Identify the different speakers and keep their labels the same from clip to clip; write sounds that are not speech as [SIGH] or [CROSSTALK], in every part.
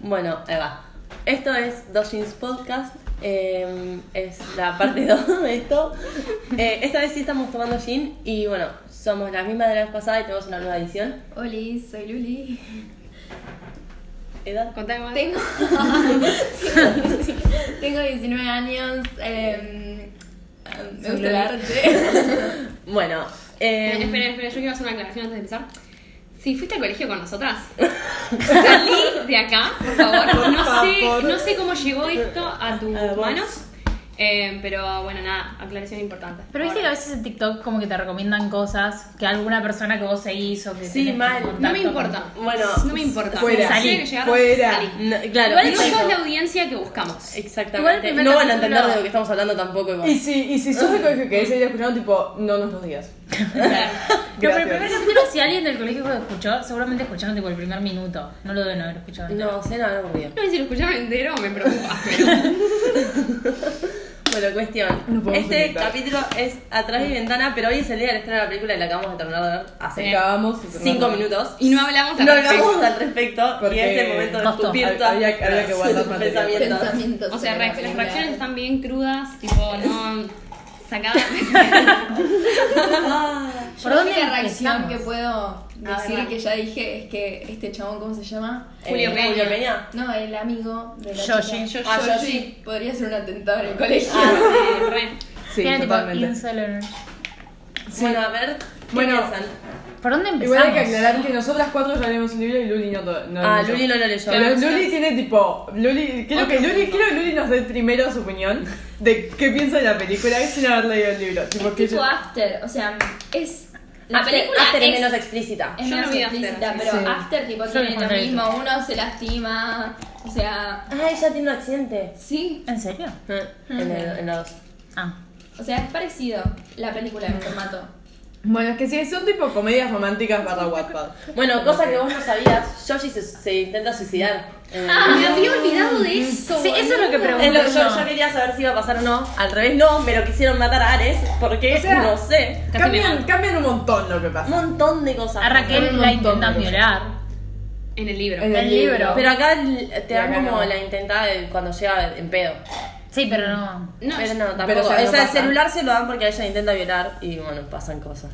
Speaker 1: Bueno, ahí va. Esto es Dojins Podcast. eh, es la parte [LAUGHS] 2 de esto. Eh, esta vez sí estamos tomando gin y bueno, somos las mismas de la vez pasada y tenemos una nueva edición.
Speaker 2: Oli, soy Luli. [LAUGHS]
Speaker 1: ¿Edad?
Speaker 3: Contame más.
Speaker 2: Tengo, tengo 19 años. em, em, me
Speaker 3: Soy
Speaker 2: gusta el
Speaker 3: Luli.
Speaker 2: arte.
Speaker 1: Bueno, eh,
Speaker 3: Espera, espera, espera, yo quiero hacer una aclaración antes de empezar. Si fuiste al colegio con nosotras, salí de acá, por favor.
Speaker 4: Por
Speaker 3: no,
Speaker 4: favor.
Speaker 3: Sé, no sé cómo llegó esto a tus
Speaker 1: A vos.
Speaker 3: manos, eh, pero bueno, nada, aclaración importante.
Speaker 5: Pero viste que a veces en TikTok como que te recomiendan cosas que alguna persona que vos seguís o que
Speaker 1: Sí,
Speaker 5: tenés
Speaker 1: mal.
Speaker 5: contacto
Speaker 3: No me
Speaker 5: con-
Speaker 3: importa.
Speaker 1: Bueno,
Speaker 3: no me importa.
Speaker 4: fuera,
Speaker 3: Salí.
Speaker 5: salí,
Speaker 3: que llegaron,
Speaker 4: fuera.
Speaker 3: salí.
Speaker 1: no, claro,
Speaker 3: No
Speaker 1: exacto.
Speaker 3: sos la audiencia
Speaker 1: [LAUGHS]
Speaker 3: que buscamos.
Speaker 5: Igual el
Speaker 1: exactamente.
Speaker 5: primer
Speaker 1: No van a
Speaker 5: capítulo-
Speaker 1: entender de lo que estamos hablando tampoco. igual.
Speaker 4: Y si, y si sos el colegio que querés seguir escuchando, tipo, no nos los digas.
Speaker 5: No, pero el
Speaker 4: Gracias.
Speaker 5: primer capítulo, si alguien del colegio que escuchó, seguramente escucharon tipo el primer minuto. No lo deben haber escuchado. entero.
Speaker 1: No, sé, no, no, bien.
Speaker 3: No sé si lo escucharon entero, me preocupa. pero-
Speaker 1: Bueno, cuestión.
Speaker 4: No podemos
Speaker 1: este
Speaker 4: inventar.
Speaker 1: capítulo es Atrás mi ventana, pero hoy es el día del estreno de la película y la acabamos de terminar de ver hace
Speaker 4: Acabamos.
Speaker 1: Eh, cinco minutos.
Speaker 3: Y no hablamos al
Speaker 1: No
Speaker 3: respecto.
Speaker 1: hablamos al respecto y
Speaker 4: Porque
Speaker 1: es el momento de
Speaker 5: costó.
Speaker 1: escupir
Speaker 4: Había-
Speaker 1: todas
Speaker 4: había que
Speaker 1: nuestras
Speaker 4: guardar material.
Speaker 1: pensamientos.
Speaker 2: Pensamientos
Speaker 3: O sea,
Speaker 2: sobre la
Speaker 3: reac- las
Speaker 2: primera.
Speaker 3: reacciones están bien crudas, tipo, no sacadas.
Speaker 2: Yo
Speaker 5: ¿Por
Speaker 2: la
Speaker 5: dónde
Speaker 2: única reacción
Speaker 5: empezamos?
Speaker 2: que puedo
Speaker 3: A ver,
Speaker 2: decir
Speaker 3: va.
Speaker 2: que ya dije es que este chabón, ¿cómo se llama?
Speaker 1: Eh,
Speaker 3: Julio Peña.
Speaker 1: Julio Peña.
Speaker 2: No, el amigo de la
Speaker 5: Yoshi.
Speaker 2: chica.
Speaker 1: Ah, Yoshi.
Speaker 2: Podría ser un atentado en el colegio.
Speaker 3: Ah,
Speaker 2: [LAUGHS]
Speaker 3: sí, re.
Speaker 4: Sí,
Speaker 5: Era tipo
Speaker 4: totalmente.
Speaker 5: insolente.
Speaker 1: Bueno, a ver. ¿qué
Speaker 4: Bueno.
Speaker 1: piensan?
Speaker 5: ¿Por dónde empezamos?
Speaker 4: Igual hay que aclarar que nosotras cuatro ya leemos un libro y Luli no. to- no
Speaker 1: Ah,
Speaker 4: leyó.
Speaker 1: Luli no lo leyó.
Speaker 4: Pero Luli tiene tipo. Luli, quiero que
Speaker 3: Otro
Speaker 4: Luli, quiero que Luli nos dé primero su opinión de qué piensa de la película sin haber leído el libro. Tipo,
Speaker 2: Es
Speaker 4: que
Speaker 2: tipo
Speaker 4: yo-
Speaker 2: After, o sea, es...
Speaker 1: La película es
Speaker 2: es-
Speaker 1: menos explícita.
Speaker 2: Es
Speaker 3: Yo
Speaker 2: menos
Speaker 3: no vi
Speaker 2: explícita,
Speaker 3: After,
Speaker 2: pero
Speaker 4: sí.
Speaker 2: After tipo
Speaker 5: Yo
Speaker 2: tiene
Speaker 5: lo
Speaker 2: lo
Speaker 5: encontré
Speaker 2: mismo, uno se lastima, o sea,
Speaker 1: Ah, ella tiene un accidente.
Speaker 2: sí,
Speaker 5: ¿En serio?
Speaker 1: En, el- en la dos.
Speaker 5: Ah.
Speaker 2: o sea, es parecido la película en formato.
Speaker 4: Bueno, es que sí, son tipo comedias románticas barra Wattpad.
Speaker 1: Bueno, cosa que vos no sabías, Yoshi se, se intenta suicidar. Eh,
Speaker 3: Me había olvidado de eso.
Speaker 5: Sí, eso es lo que pregunté.
Speaker 1: es lo que yo,
Speaker 5: yo.
Speaker 1: yo quería saber si iba a pasar o no. Al revés, no, me lo quisieron matar a Ares porque
Speaker 4: O sea,
Speaker 1: no sé.
Speaker 3: Casi me
Speaker 4: Cambian,
Speaker 3: mato.
Speaker 4: cambian un montón lo que
Speaker 1: Un
Speaker 4: pasa.
Speaker 1: montón de cosas.
Speaker 5: A Raquel
Speaker 4: Un
Speaker 5: la
Speaker 4: montón
Speaker 5: intentan
Speaker 4: de cosas.
Speaker 5: violar.
Speaker 3: En el libro.
Speaker 4: En el
Speaker 5: El libro.
Speaker 4: libro.
Speaker 1: Pero acá el- te
Speaker 4: Y
Speaker 1: dan
Speaker 4: acá
Speaker 1: como
Speaker 4: no.
Speaker 1: la intentada de cuando llega en pedo.
Speaker 5: Sí, pero no.
Speaker 3: No,
Speaker 1: pero
Speaker 3: yo-
Speaker 1: no, tampoco.
Speaker 4: pero, o sea, no
Speaker 1: O sea, el
Speaker 4: pasa.
Speaker 1: celular se lo dan porque a ella intenta violar y bueno, pasan cosas.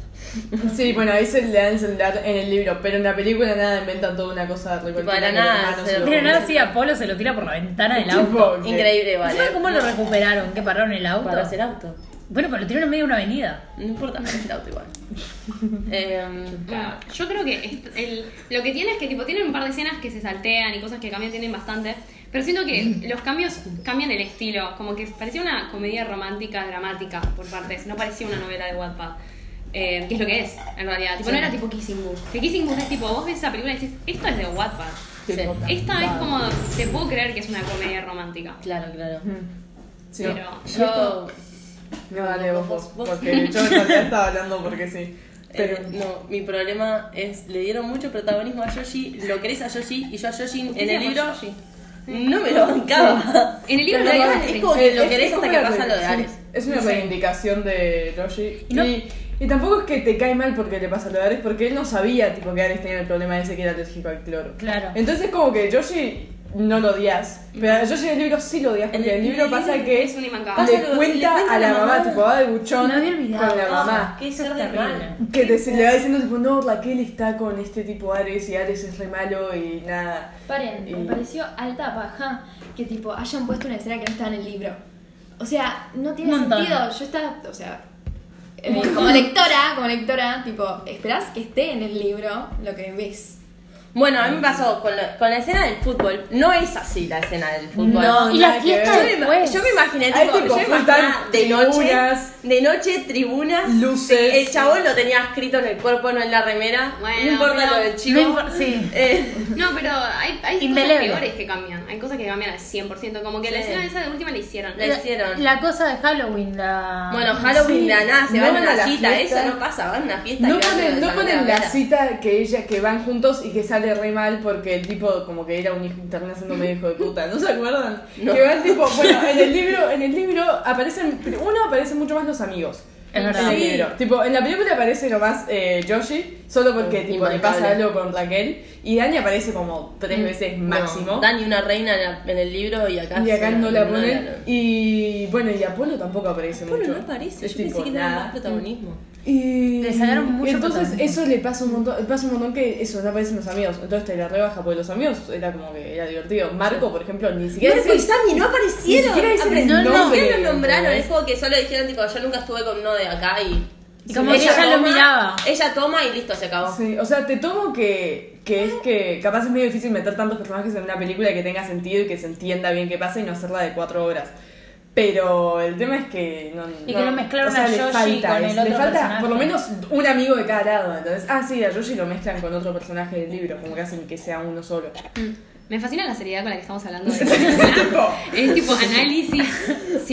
Speaker 4: Sí, bueno, ahí se le dan el celular en el libro, pero en la película nada inventan toda una cosa recortada
Speaker 1: Tipo, de la
Speaker 4: que
Speaker 1: nada,
Speaker 4: los hermanos
Speaker 1: se-
Speaker 4: se lo
Speaker 5: Pero nada,
Speaker 4: comen.
Speaker 5: sí, Apolo se lo tira por la ventana del
Speaker 4: Tipo,
Speaker 1: Oh,
Speaker 5: auto.
Speaker 4: que-
Speaker 1: Increíble, vale.
Speaker 5: ¿Saben cómo lo recuperaron? ¿Que pararon el auto?
Speaker 1: Para hacer auto.
Speaker 5: Bueno, pero lo tiraron en medio de una avenida.
Speaker 1: No importa, para hacer [LAUGHS] auto igual. Em,
Speaker 3: Bueno, yo creo que est- el- lo que tiene es que tipo tienen un par de escenas que se saltean y cosas que cambian, tienen bastante. Pero siento que los cambios cambian el estilo. Como que parecía una comedia romántica, dramática por partes. No parecía una novela de Wattpad. Eh, que es lo que es, en realidad. Tipo, no era tipo Kissing Booth. Que Kissing Booth es tipo, vos ves esa película y decís, esto es de Wattpad.
Speaker 1: sí.
Speaker 3: Esta es como, te puedo creer que es una comedia romántica.
Speaker 1: Claro, claro.
Speaker 4: Mm. Sí.
Speaker 3: Pero
Speaker 1: Yo. eh,
Speaker 4: No, dale, vos, vos,
Speaker 1: Vos.
Speaker 4: porque yo
Speaker 1: [LAUGHS]
Speaker 4: ya estaba hablando porque sí. Pero...
Speaker 1: eh, no, mi problema es le dieron mucho protagonismo a Yoshi, lo querés a Yoshi y yo a Yoshi en el
Speaker 3: Justicia
Speaker 1: libro
Speaker 3: por Yoshi.
Speaker 1: no me lo bancaba.
Speaker 3: en el libro
Speaker 1: Pero
Speaker 3: lo
Speaker 1: no,
Speaker 3: digo desde
Speaker 1: es
Speaker 3: el
Speaker 1: como que lo
Speaker 4: Eh, Es-
Speaker 1: querés
Speaker 4: es
Speaker 1: hasta
Speaker 4: como
Speaker 1: que
Speaker 4: una
Speaker 1: pasa lo de
Speaker 4: re-
Speaker 1: Ares.
Speaker 4: sí, Es una reivindicación de Roshi. Y,
Speaker 5: no-
Speaker 4: y tampoco es que te cae mal porque le pasa lo de Ares, porque él no sabía tipo, que Ares tenía el problema ese que era alérgico al cloro.
Speaker 5: Claro.
Speaker 4: Entonces, como que Yoshi no lo odias. Pero a Yoshi en el libro sí lo odias, porque
Speaker 1: En
Speaker 4: en
Speaker 1: el
Speaker 4: el libro
Speaker 1: libro
Speaker 4: pasa que
Speaker 3: es un imbancable.
Speaker 1: Pasa
Speaker 4: le
Speaker 1: lo-
Speaker 4: cuenta
Speaker 1: le cuenta
Speaker 4: a la
Speaker 1: la
Speaker 4: mamá,
Speaker 1: mamá.
Speaker 4: tipo, va de buchón
Speaker 5: Me había olvidado.
Speaker 4: con la mamá.
Speaker 1: Ah, Qué
Speaker 5: Eso
Speaker 1: ser
Speaker 5: es
Speaker 1: de
Speaker 5: terrible.
Speaker 1: mal.
Speaker 4: Que te- se le va diciendo, tipo, no, Raquel está con este tipo Ares y Ares es re malo y nada.
Speaker 2: Paren, me
Speaker 4: Y-
Speaker 2: pareció alta baja que tipo hayan puesto una escena que no estaba en el libro. O sea, no tiene
Speaker 5: Un montón.
Speaker 2: sentido. Yo estaba, o sea, eh, como lectora, como lectora, tipo, esperás que esté en el libro lo que ves.
Speaker 1: Bueno, a mí me pasó con, la- con la escena del fútbol. No es así la escena del fútbol.
Speaker 4: No,
Speaker 5: Y la
Speaker 4: nada que
Speaker 5: fiesta
Speaker 4: ver.
Speaker 1: Yo me, ima- yo me imaginé,
Speaker 4: Hay
Speaker 1: tipo,
Speaker 4: tipo
Speaker 1: yo me imaginaba
Speaker 4: full time,
Speaker 1: de noche,
Speaker 4: tribunas.
Speaker 1: de noche, tribunas,
Speaker 4: Luces.
Speaker 1: El chabón lo tenía escrito en el cuerpo, no en la remera.
Speaker 3: Bueno,
Speaker 1: no importa
Speaker 3: pero-
Speaker 1: lo del chico.
Speaker 5: No importa, sí.
Speaker 1: Eh,
Speaker 3: No, pero hay, hay cosas
Speaker 5: Indeleble.
Speaker 3: peores que cambian. Hay cosas que cambian al 100%. Como que la
Speaker 1: Sí.
Speaker 3: escena esa de última la hicieron.
Speaker 1: La- hicieron.
Speaker 5: La cosa de Halloween, la.
Speaker 1: Bueno, Halloween,
Speaker 4: Sí.
Speaker 1: la nada, se
Speaker 4: No
Speaker 1: van a
Speaker 4: van a
Speaker 1: una
Speaker 4: la
Speaker 1: cita,
Speaker 4: fiesta.
Speaker 1: eso no pasa, van a una fiesta.
Speaker 4: No
Speaker 1: y hacen
Speaker 4: ponen,
Speaker 1: esa
Speaker 4: no ponen la
Speaker 1: novela.
Speaker 4: cita que ella que van juntos y que sale re mal porque el tipo como que era un hijo termina siendo medio hijo de puta, ¿no se acuerdan?
Speaker 1: No.
Speaker 4: Que van tipo, bueno, en el libro, en el libro aparecen, uno aparecen mucho más los amigos.
Speaker 5: Es verdad.
Speaker 4: en el
Speaker 1: Sí.
Speaker 4: libro. Tipo, en la película aparece nomás eh, Yoshi, solo porque
Speaker 1: Mm,
Speaker 4: tipo, le
Speaker 1: imbancable.
Speaker 4: pasa algo con Raquel. Y Dani aparece como tres veces máximo.
Speaker 1: Mm. No, Dani, una reina en, la- en el libro y acá.
Speaker 4: y acá
Speaker 1: se
Speaker 4: no la
Speaker 1: ignoran.
Speaker 4: ponen. Y bueno, y Apolo tampoco aparece
Speaker 1: Bueno,
Speaker 4: mucho.
Speaker 1: no aparece.
Speaker 4: Es
Speaker 1: Yo pensé
Speaker 4: tipo,
Speaker 1: que tenía
Speaker 4: nada.
Speaker 1: más protagonismo.
Speaker 4: Y
Speaker 5: Le sacaron mucho
Speaker 4: Entonces
Speaker 5: protagonismo.
Speaker 4: eso le pasa un montón, pasa un montón que eso, no aparecen los amigos. Entonces te la rebaja porque los amigos era como que era divertido. Marco, por ejemplo, ni siquiera
Speaker 1: Marco y
Speaker 4: es el-
Speaker 1: Sammy no aparecieron.
Speaker 4: siquiera dicen
Speaker 1: Apare-
Speaker 4: el
Speaker 1: no, no,
Speaker 4: nombre,
Speaker 1: ni siquiera los nombraron.
Speaker 4: ¿entendés?
Speaker 1: Es como que solo dijeron, tipo, yo nunca estuve con uno de acá y.
Speaker 5: Y como que ella lo miraba.
Speaker 1: Ella toma y listo, se acabó.
Speaker 4: Sí, o sea, te tomo que, que es que capaz es medio difícil meter tantos personajes en una película que tenga sentido y que se entienda bien qué pasa y no hacerla de cuatro horas. Pero el tema es que no.
Speaker 5: Y
Speaker 4: no-
Speaker 5: que lo mezclaron
Speaker 4: o sea,
Speaker 5: a
Speaker 4: le
Speaker 5: Yoshi
Speaker 4: falta,
Speaker 5: con
Speaker 4: es-
Speaker 5: el
Speaker 4: Le
Speaker 5: otro
Speaker 4: falta
Speaker 5: personaje.
Speaker 4: por lo menos un amigo de cada lado. Entonces, ah, sí, a Yoshi lo mezclan con otro personaje del libro, como que hacen que sea
Speaker 5: [LAUGHS]
Speaker 4: uno solo.
Speaker 3: Me fascina la seriedad con la que estamos hablando. De
Speaker 4: [LAUGHS]
Speaker 3: es tipo análisis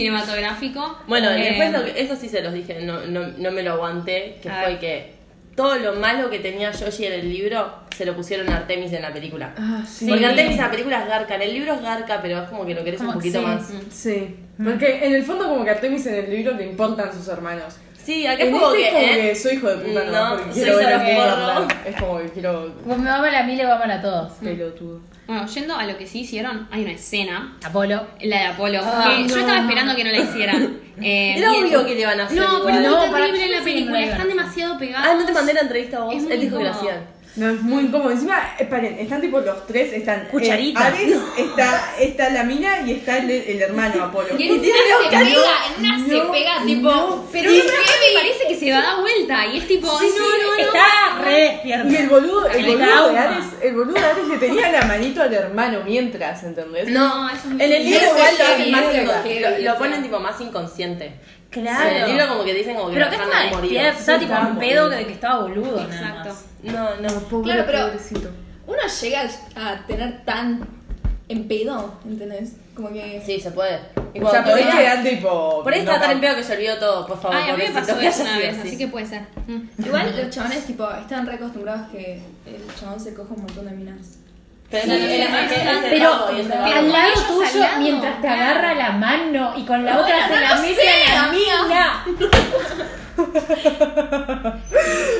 Speaker 3: cinematográfico.
Speaker 1: Bueno,
Speaker 3: Eh,
Speaker 1: después lo que- eso sí se los dije, no, no, no me lo aguanté, que
Speaker 3: A
Speaker 1: fue
Speaker 3: ver.
Speaker 1: que todo lo malo que tenía Yoshi en el libro se lo pusieron a Artemis en la película.
Speaker 4: Ah,
Speaker 5: sí.
Speaker 1: Porque Artemis en la película es garca, en el libro es garca, pero es como que lo querés un
Speaker 5: Como-
Speaker 1: poquito
Speaker 5: sí.
Speaker 1: más.
Speaker 4: Sí,
Speaker 5: Mm.
Speaker 4: porque en el fondo como que a Artemis en el libro le importan sus hermanos.
Speaker 1: Sí, acá es
Speaker 4: En
Speaker 1: como
Speaker 4: este
Speaker 1: que.
Speaker 4: es como
Speaker 1: ¿eh?
Speaker 4: que soy hijo de puta, no,
Speaker 1: No,
Speaker 4: porque
Speaker 1: soy
Speaker 4: quiero ver a
Speaker 1: solo
Speaker 4: mi
Speaker 1: porro.
Speaker 4: hermana. Es como que quiero
Speaker 5: Vos me va a mal a mí, le va mal a todos.
Speaker 4: pelotudo.
Speaker 3: Bueno, yendo a lo que sí hicieron, hay una escena,
Speaker 5: Apolo.
Speaker 3: la de Apolo,
Speaker 5: Ah,
Speaker 3: que yo
Speaker 5: no.
Speaker 3: estaba esperando que no la hicieran. Eh,
Speaker 1: Era
Speaker 3: bien.
Speaker 1: obvio que le iban a hacer
Speaker 3: No, pero
Speaker 1: igual.
Speaker 5: No,
Speaker 3: no,
Speaker 5: para
Speaker 3: terrible
Speaker 5: mí
Speaker 3: en la
Speaker 5: sí, no
Speaker 3: película,
Speaker 5: la iban a
Speaker 3: están
Speaker 5: hacer.
Speaker 3: demasiado pegados.
Speaker 1: Ah, no te mandé la entrevista vos.
Speaker 3: Es muy
Speaker 1: Él dijo que lo
Speaker 3: incómodo.
Speaker 1: hacían.
Speaker 4: No, es muy incómodo. Encima, eh, paren, están tipo los tres, están eh,
Speaker 5: Cucharita.
Speaker 4: Ares, está, está la mina y está el, el hermano Apolo.
Speaker 2: Y en
Speaker 4: [LAUGHS]
Speaker 2: una se pega, en una se pega, tipo. pero
Speaker 3: Y
Speaker 2: no,
Speaker 3: Heavy parece que se va a dar vuelta y es tipo, ay, no, no, no.
Speaker 5: Está re despierto.
Speaker 4: Y el boludo, el
Speaker 5: Le
Speaker 4: boludo de
Speaker 5: trauma.
Speaker 4: Ares, el boludo de Ares le tenía la manito al hermano mientras, ¿entendés?
Speaker 3: No, es un
Speaker 1: En el libro
Speaker 2: No
Speaker 1: igual
Speaker 2: sé
Speaker 1: lo
Speaker 2: qué
Speaker 1: hacen más
Speaker 2: dice,
Speaker 1: incon-
Speaker 2: qué
Speaker 1: lo,
Speaker 2: dice.
Speaker 1: lo ponen tipo más inconsciente.
Speaker 5: Claro.
Speaker 1: En el libro como que dicen como que
Speaker 5: Pero
Speaker 1: lo
Speaker 5: acá
Speaker 1: dejan
Speaker 5: estaba
Speaker 1: morir.
Speaker 5: despierto, estaba
Speaker 4: Sí,
Speaker 5: tipo
Speaker 4: estaba
Speaker 5: un pedo
Speaker 4: morido.
Speaker 5: de que estaba boludo.
Speaker 3: Exacto.
Speaker 5: Exacto.
Speaker 1: No, no.
Speaker 2: Claro, pero uno llega a tener tan en pedo, ¿entendés? Como que.
Speaker 1: Sí, se puede. Y
Speaker 4: o sea,
Speaker 1: cuando
Speaker 4: podés
Speaker 1: todavía-
Speaker 4: quedar tipo.
Speaker 1: Por ahí está
Speaker 4: no,
Speaker 1: tan en pedo que se olvidó todo, por favor.
Speaker 3: Ay, a mí me
Speaker 1: pobrecito,
Speaker 3: pasó
Speaker 1: que
Speaker 3: eso
Speaker 1: haya
Speaker 3: una
Speaker 1: sido
Speaker 3: vez, así que puede ser. Mm.
Speaker 2: Igual los chabones, tipo, están re acostumbrados que el chabón se coja un montón de minas.
Speaker 1: Pero,
Speaker 3: Sí,
Speaker 1: en la- en la-
Speaker 3: sí,
Speaker 1: en la- en la-
Speaker 5: Pero
Speaker 1: en la- en la-
Speaker 3: Pero
Speaker 5: al
Speaker 3: con
Speaker 5: lado
Speaker 3: ellos
Speaker 5: tuyo,
Speaker 3: al lado,
Speaker 5: mientras te
Speaker 3: claro.
Speaker 5: agarra la mano y con la otra se
Speaker 2: no
Speaker 5: la
Speaker 2: lo
Speaker 5: mete
Speaker 2: sé,
Speaker 5: a la
Speaker 2: amiga.
Speaker 5: mina.